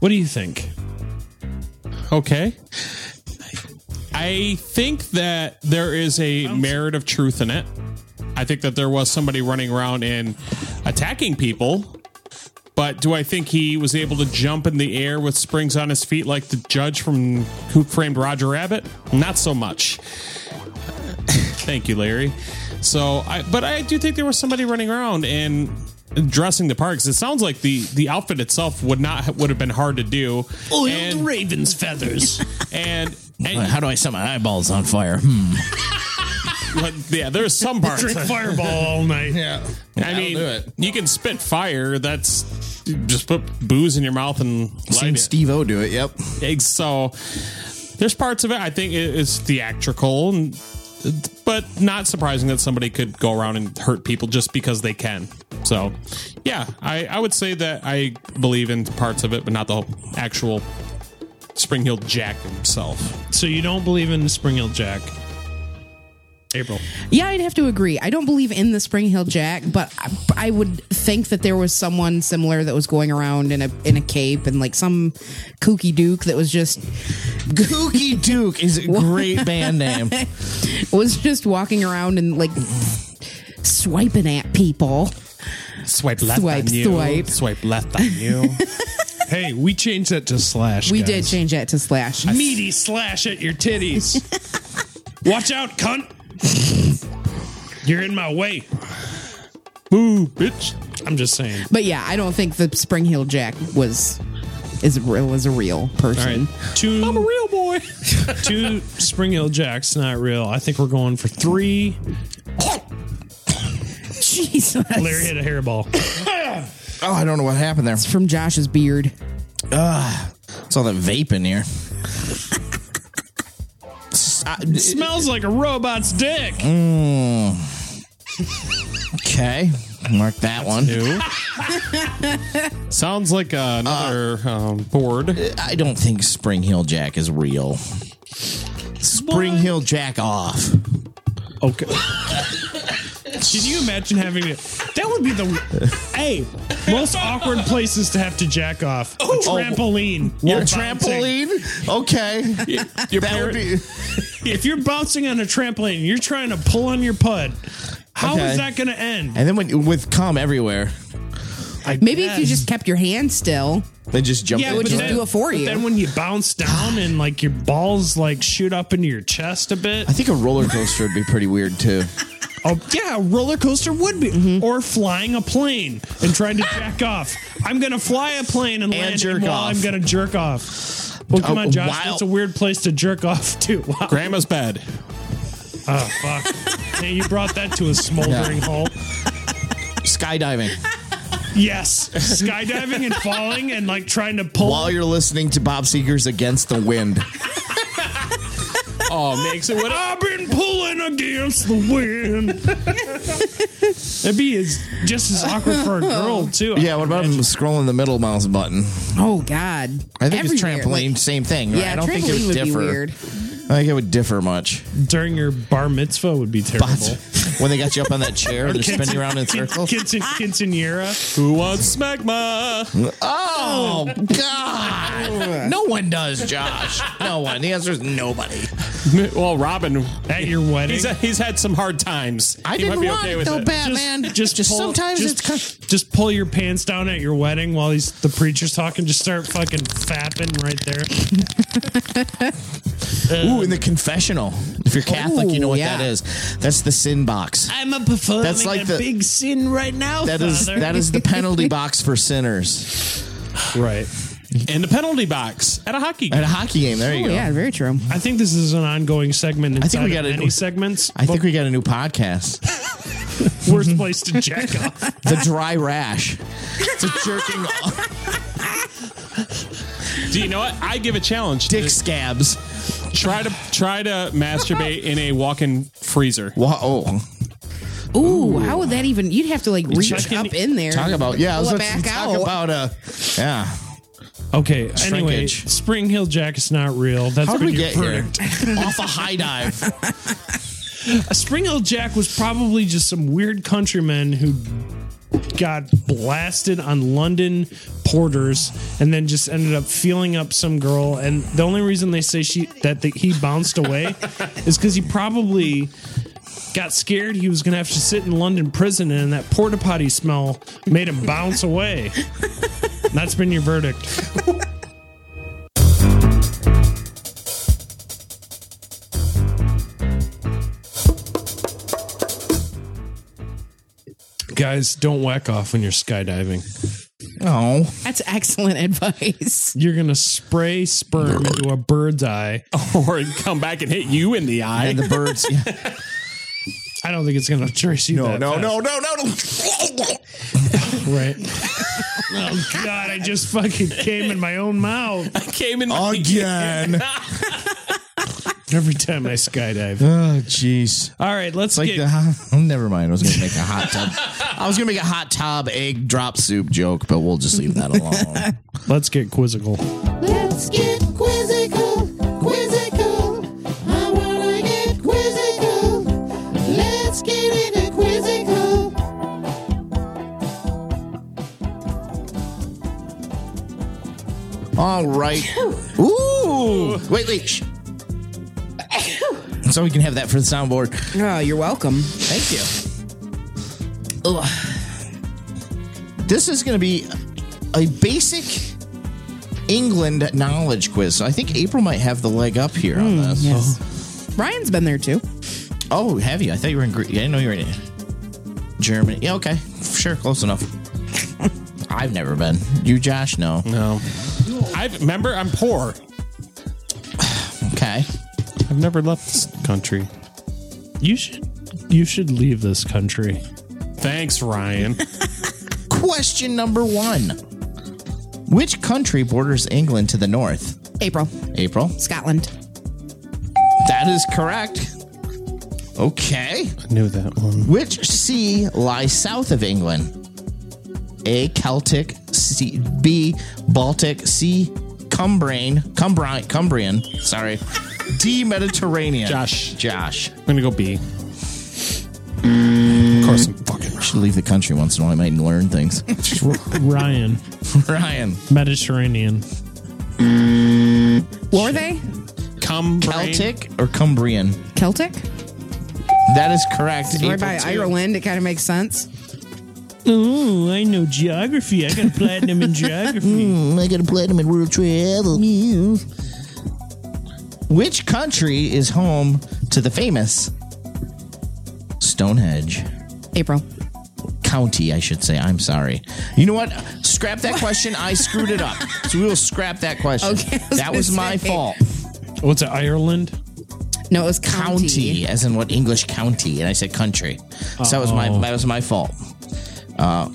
what do you think? Okay. I think that there is a merit of truth in it. I think that there was somebody running around and attacking people. But do I think he was able to jump in the air with springs on his feet like the judge from Who Framed Roger Rabbit? Not so much. Thank you, Larry. So, I but I do think there was somebody running around and dressing the part because it sounds like the the outfit itself would not would have been hard to do. And- raven's feathers. and, and How do I set my eyeballs on fire? Hmm. but, yeah, there's some parts. Drink fireball all night. Yeah. I mean, you can spit fire. That's just put booze in your mouth and light Seen it. Steve O do it. Yep. Eggs. So there's parts of it. I think it- it's theatrical, and, but not surprising that somebody could go around and hurt people just because they can. So yeah, I, I would say that I believe in parts of it, but not the whole actual Spring Hill Jack himself. So you don't believe in Spring Hill Jack? April. Yeah, I'd have to agree. I don't believe in the Spring Hill Jack, but I, I would think that there was someone similar that was going around in a in a cape and like some kooky duke that was just Kooky Duke is a great band name. was just walking around and like swiping at people. Swipe left Swipe, on you. swipe. Swipe left on you. Hey, we changed that to slash. We guys. did change that to slash. meaty slash at your titties. Watch out, cunt! You're in my way. Boo, bitch. I'm just saying. But yeah, I don't think the Spring Hill Jack was is real was a real person. Two. Real boy. two Spring Hill Jacks, not real. I think we're going for three. Jesus. Larry hit a hairball. Oh, I don't know what happened there. From Josh's beard. It's all that vape in here. S- I- Smells like a robot's dick. okay, mark that one. Sounds like uh, another um, board. I don't think Spring Hill Jack is real. Spring Hill Jack off. Okay. Can you imagine having it? That would be the hey most awkward places to have to jack off. A trampoline. While bouncing. Okay. Your That would parent- be. If you're bouncing on a trampoline, and you're trying to pull on your pud. How is Okay. that going to end? And then when with cum everywhere. Maybe if you just kept your hand still. They just jump. would but just do it for but you. Then when you bounce down and like your balls like shoot up into your chest a bit. I think a roller coaster would be pretty weird too. Oh yeah, a roller coaster would be, or flying a plane and trying to jack off. I'm gonna fly a plane and, land jerk and while off. I'm gonna jerk off. Well, come Oh, on, Josh. wow. That's a weird place to jerk off to. Wow. Grandma's bed. Oh fuck! Man, you brought that to a smoldering Yeah. hole. Skydiving Yes, skydiving and falling and like trying to pull. while you're listening to Bob Seger's "Against the Wind." Oh, makes it what? I've been pulling against the wind. That'd be as, just as awkward for a girl too. Yeah, what about him scrolling the middle mouse button? Oh God! I think it's Everywhere, trampoline, like- same thing. Right? yeah, I don't trampoline think it would, would differ. be weird. I think it would differ much. during your bar mitzvah would be terrible. But when they got you up on that chair to spin you around in Quin- circles. Quincean- Quinceanera. Who wants smegma? Oh God! No one does, Josh. No one. The answer is nobody. well, Robin, at your wedding. he's he's had some hard times. I He might didn't be want okay it with though, it. Batman. Just, pull- sometimes just, it's kind. just pull your pants down at your wedding while he's the preacher's talking. Just start fucking fapping right there. Ooh, in the confessional. If you're Catholic, you know what yeah. that is. That's the sin box. I'm a performing That's like a the- big sin right now. That is that is the penalty box for sinners right. In the penalty box at a hockey game. at a hockey game. There you Oh, go. yeah, very true. I think this is an ongoing segment. Inside I think we got gotta any do- segments. I think we got a new podcast. Worst place to jack off. The dry rash. It's a jerking off. Do you know what? I give a challenge. dick scabs. Try to try to masturbate in a walk-in freezer. Wow. Oh. Ooh, how would that even? You'd have to like reach Chuck in- up in there. Talk about yeah. I was Pull it about to back talk out. about uh yeah. Okay. Anyway, Shrinkage. Spring Hill Jack is not real. That's How has did we been get your here? verdict. Off a high dive. A Spring Hill Jack was probably just some weird countryman who got blasted on London porters and then just ended up feeling up some girl. And the only reason they say she that the, he bounced away is because he probably got scared he was going to have to sit in London prison, and that porta potty smell made him bounce away. And that's been your verdict. Guys, don't whack off when you're skydiving. No. That's excellent advice. You're gonna spray sperm into a bird's eye. or it'd come back and hit you in the eye. And the birds. Yeah. I don't think it's gonna trace you. that fast. no, no, no. Right. oh God! I just fucking came in my own mouth Came in my- Again. every time I skydive. Oh, jeez. All right, let's Like get. the hot, never mind. I was gonna make a hot tub. I was gonna make a hot tub egg drop soup joke, but we'll just leave that alone. Let's get quizzical. Let's get quizzical, quizzical. I wanna get quizzical. Let's get into quizzical. All right. Ooh. Wait, wait. Shh. So we can have that for the soundboard. Oh, you're welcome. Thank you. This is going to be a basic England knowledge quiz. So I think April might have the leg up here on this. Ryan's been there too. Oh, have you? I thought you were in Greece. I didn't know you were in Germany. Yeah, okay. Sure, close enough. I've never been. You, Josh? No. No. I remember I'm poor. Okay. I've never left this country. You should. You should leave this country. Thanks, Ryan. Question number one Which country borders England to the north? April, April? Scotland. That is correct. Okay. I knew that one. Which sea lies south of England? A. Celtic. C. B. Baltic. C. Cumbrian. Cumbrian. Cumbrian. Sorry. D. Mediterranean. Josh. Josh. I'm gonna go B. Of course, I'm fucking. Mm-hmm. Should leave the country once in a while. I might learn things. Ryan, Ryan. Mediterranean. What were they? Come Celtic or Cumbrian? Celtic? That is correct. Right April by two. Ireland. It kind of makes sense. Oh, I know geography. I got platinum in geography. Mm, I got a platinum in world travel. Which country is home to the famous Stonehenge April. County? I should say. I'm sorry. You know what? Scrap that question. I screwed it up. So we will scrap that question. Okay, I was that was gonna my say. fault. What's it, Ireland? No, it was County, county. as in what English county, and I said country. So that was my that was my fault. Uh,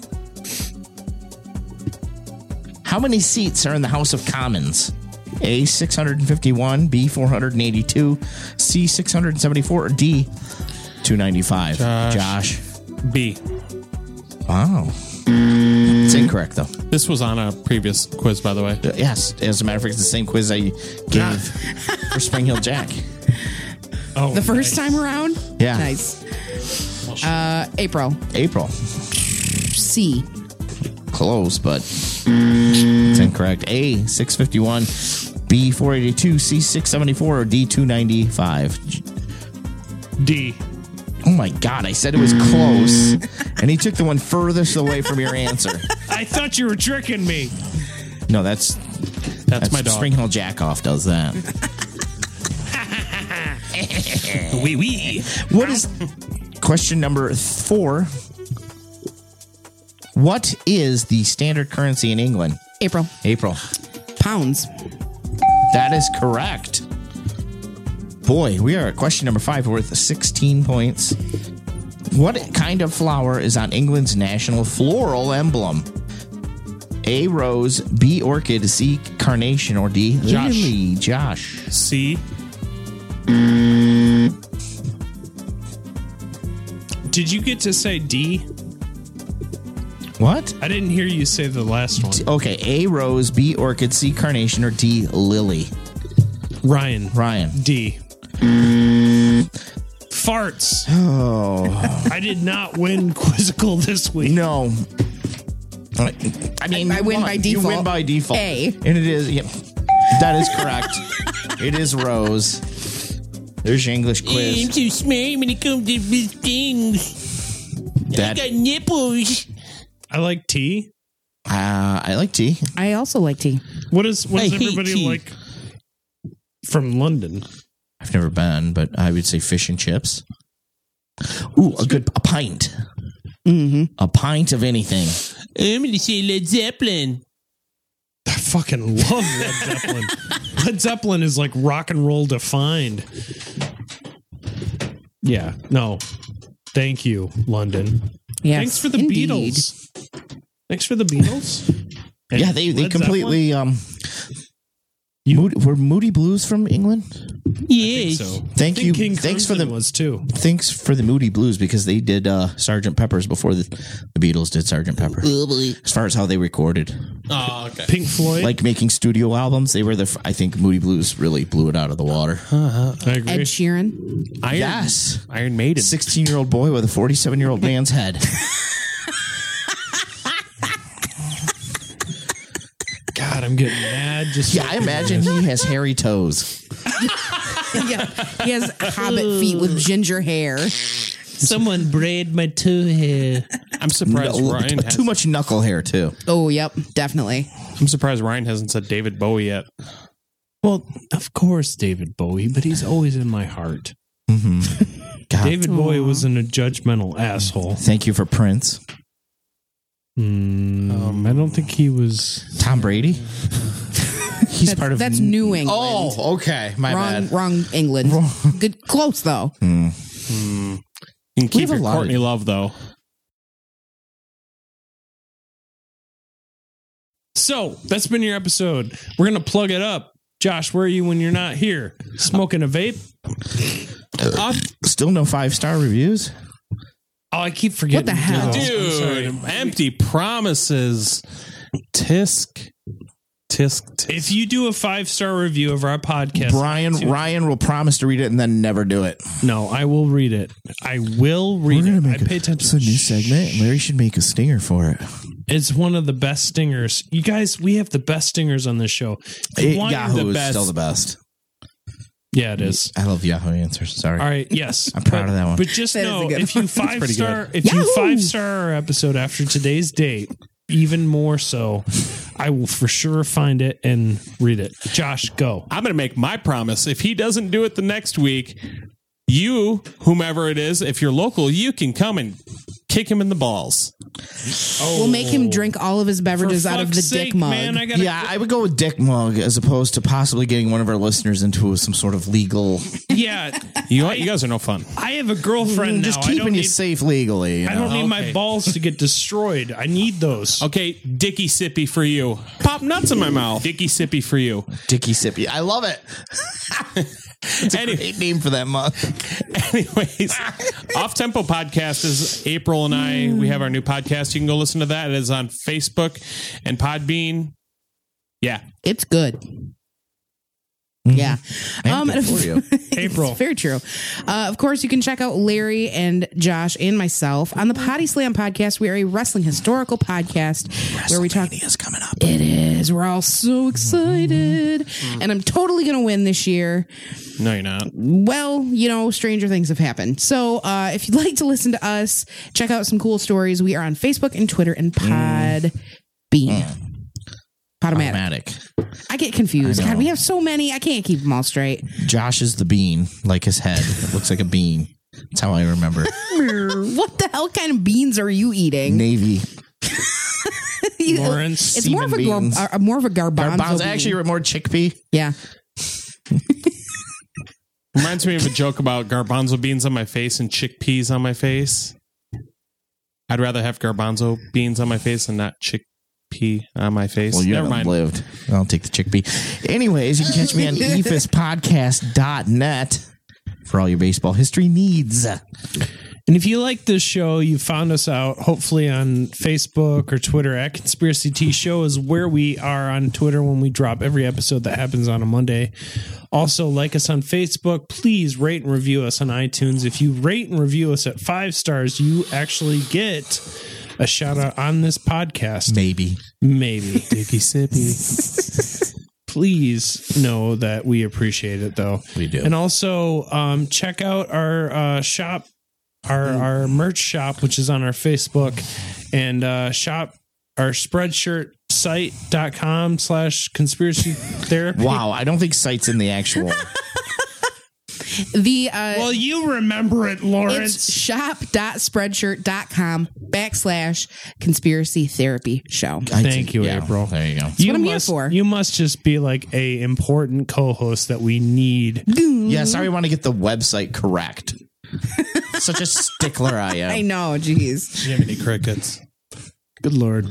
how many seats are in the House of Commons? A six hundred and fifty one, B four hundred and eighty two, C six hundred and seventy four, or D two ninety five. Josh. B. Wow. It's incorrect though. This was on a previous quiz, by the way. Yes, as a matter of fact, it's the same quiz I gave for Spring Hill Jack. Oh, The first time around? Yeah. Nice. Uh, April. April. C. close, but it's incorrect. A six fifty one, B four eighty two, C six seventy four, or D two ninety five. D. Oh my God! I said it was close, and he took the one furthest away from your answer. I thought you were tricking me. No, that's That's, my dog. Spring Hill Jackoff does that. Wee wee. What is question number four? What is the standard currency in England? April. April. Pounds. That is correct. Boy, we are at question number five, worth 16 points. What kind of flower is on England's national floral emblem? A rose, B orchid, C carnation, or D Josh. lily? Josh. C. Did you get to say D? What? I didn't hear you say the last one. Okay, A rose, B orchid, C carnation, or D lily? Ryan. Ryan. D. Farts. Oh. I did not win quizzical this week. No. I mean, I- I win come by on, You win default. by default. A. And it is, yep. That is correct. it is Rose. There's your English quiz. too smart when it comes to these things. That, uh, nipples. I like T. uh, I like tea. I also like tea. What is what I is hate everybody tea. like from London? I've never been, but I would say fish and chips. Ooh, a good a pint. Mm-hmm. A pint of anything. I'm going to say Led Zeppelin. I fucking love Led Zeppelin. Led Zeppelin is like rock and roll defined. Yeah. No. Thank you, London. Yes. Thanks for the indeed. Beatles. Thanks for the Beatles. And yeah, they, they Led Zeppelin? completely um Moody, were Moody Blues from England? Yes. So Thank I you. think King Thanks for Crimson the- was too. Thanks for the Moody Blues because they did uh, Sergeant Pepper's before the, the Beatles did Sergeant Pepper. As far as how they recorded, Oh, okay. Pink Floyd. like making studio albums, they were the. f- I think Moody Blues really blew it out of the water. I agree. Ed Sheeran. Iron, Yes, Iron Maiden. sixteen-year-old boy with a forty-seven-year-old man's head. God, I'm getting mad. Just Yeah, I imagine he has hairy toes. yeah. He has hobbit feet with ginger hair. someone braid my two hair. I'm surprised No, Ryan. Has, too much knuckle hair too. Oh, yep. Definitely. I'm surprised Ryan hasn't said David Bowie yet. Well, of course, David Bowie, but he's always in my heart. Mm-hmm. God, David Bowie wasn't a judgmental asshole. thank you for Prince, Um, I don't think he was. Tom Brady. He's part of That's New England. Oh, okay, my wrong, bad. wrong England. Good, close though. You can keep have a your lot of- Courtney Love though. So that's been your episode. We're gonna plug it up. Josh, where are you when you're not here? Smoking a vape? Still no five-star reviews. Oh, I keep forgetting. What to the do hell? those. I'm sorry. Dude, empty promises. Tisk, tisk, tisk. If you do a five star review of our podcast, Brian Ryan will promise to read it and then never do it. no, I will read it. I will read it. I pay attention. segment. Larry should make a stinger for it. It's one of the best stingers. You guys, we have the best stingers on this show. If you want Yahoo the is best, still the best. Yeah, it is. I love Yahoo Answers. Sorry. All right. Yes, I'm proud of that one. But just That is a know good if you one. It's five pretty star, good. if Yahoo! you five star our episode after today's date, even more so, I will for sure find it and read it. Josh, go. I'm going to make my promise. If he doesn't do it the next week, you, whomever it is, if you're local, you can come and kick him in the balls. We'll make him drink all of his For beverages out of fuck's the sake, dick mug. Man, I gotta, Yeah, I would go with Dick Mug as opposed to possibly getting one of our listeners into some sort of legal. yeah. You, know what? you guys are no fun. I have a girlfriend Mm, just now. I keeping don't you need, safe legally. You I don't know? need my Okay. balls to get destroyed. I need those. Okay, Dicky Sippy for you. Pop nuts in my mouth. Dicky Sippy for you. Dicky Sippy. I love it. Any- Great name for that mug. anyways, Off Tempo Podcast is April and I. We have our new podcast. You can go listen to that. It is on Facebook and Podbean. Yeah. It's good. Yeah. Um, good for Mm-hmm. you. it's April. very true. Uh, of course, you can check out Larry and Josh and myself on the Potty Slam podcast. We are a wrestling historical podcast where we talk. is coming up. It is. We're all so excited. Mm-hmm. And I'm totally going to win this year. No, you're not. well, you know, stranger things have happened. So uh, if you'd like to listen to us, check out some cool stories. We are on Facebook and Twitter and Podbean. Mm-hmm. Mm. Podomatic. Automatic. I get confused. I know. God, we have so many. I can't keep them all straight. Josh is the bean, like his head. It looks like a bean. That's how I remember. what the hell kind of beans are you eating? Navy. Lawrence, it's more of a semen gar- beans. uh, more of a garbanzo. Garbanzo. bean. Actually, more chickpea. yeah. Reminds me of a joke about garbanzo beans on my face and chickpeas on my face. I'd rather have garbanzo beans on my face and not chickpea on my face. Well, you Never haven't mind. lived. I'll take the chickpea. Anyways, you can catch me on ephispodcast.net for all your baseball history needs. And if you like this show, you found us out hopefully on Facebook or Twitter at Conspiracy T Show is where we are on Twitter when we drop every episode that happens on a Monday. Also, like us on Facebook. Please rate and review us on iTunes. If you rate and review us at five stars, you actually get a shout out on this podcast. Maybe. Maybe. Dicky Sippy. Please know that we appreciate it though. We do. And also um, check out our uh, shop, our our merch shop, which is on our Facebook and uh, shop our spreadshirt site.com slash conspiracy therapy. Wow, I don't think sight's in the actual. The uh, Well, you remember it, it's Lawrence. shop.spreadshirt.com backslash conspiracy therapy show. Thank you, Yeah, April. There you go. you what I'm here must, for. You must just be like a important co-host that we need. Yeah, sorry, I want to get the website correct. Such a stickler I am. I know, jeez. Jiminy crickets. Good lord.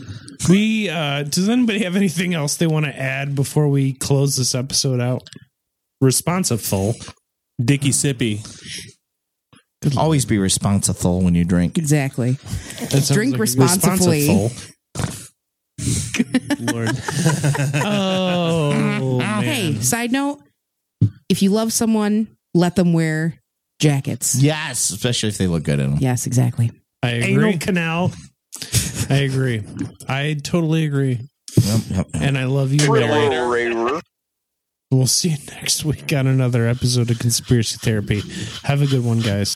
We uh does anybody have anything else they want to add before we close this episode out? Responsible. Dicky Sippy. Always be responsible when you drink. Exactly. That sounds Drink like a responsibly. responsible. Lord. oh man. Uh, Hey, side note: if you love someone, let them wear jackets. Yes, especially if they look good in them. Yes, exactly. I agree. Anal canal. I agree. I totally agree. And I love you, narrator. We'll see you next week on another episode of Conspiracy Therapy. Have a good one, guys.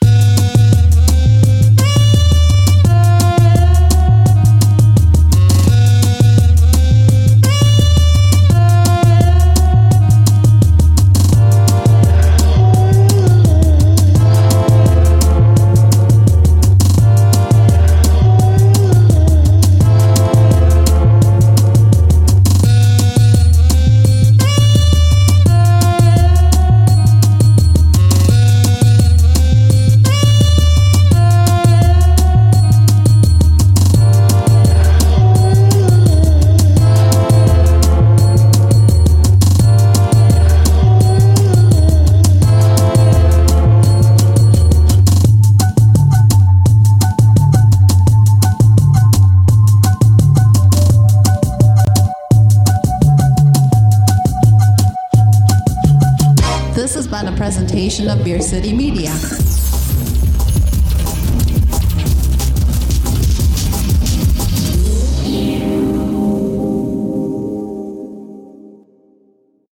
This has been a presentation of Beer City Media.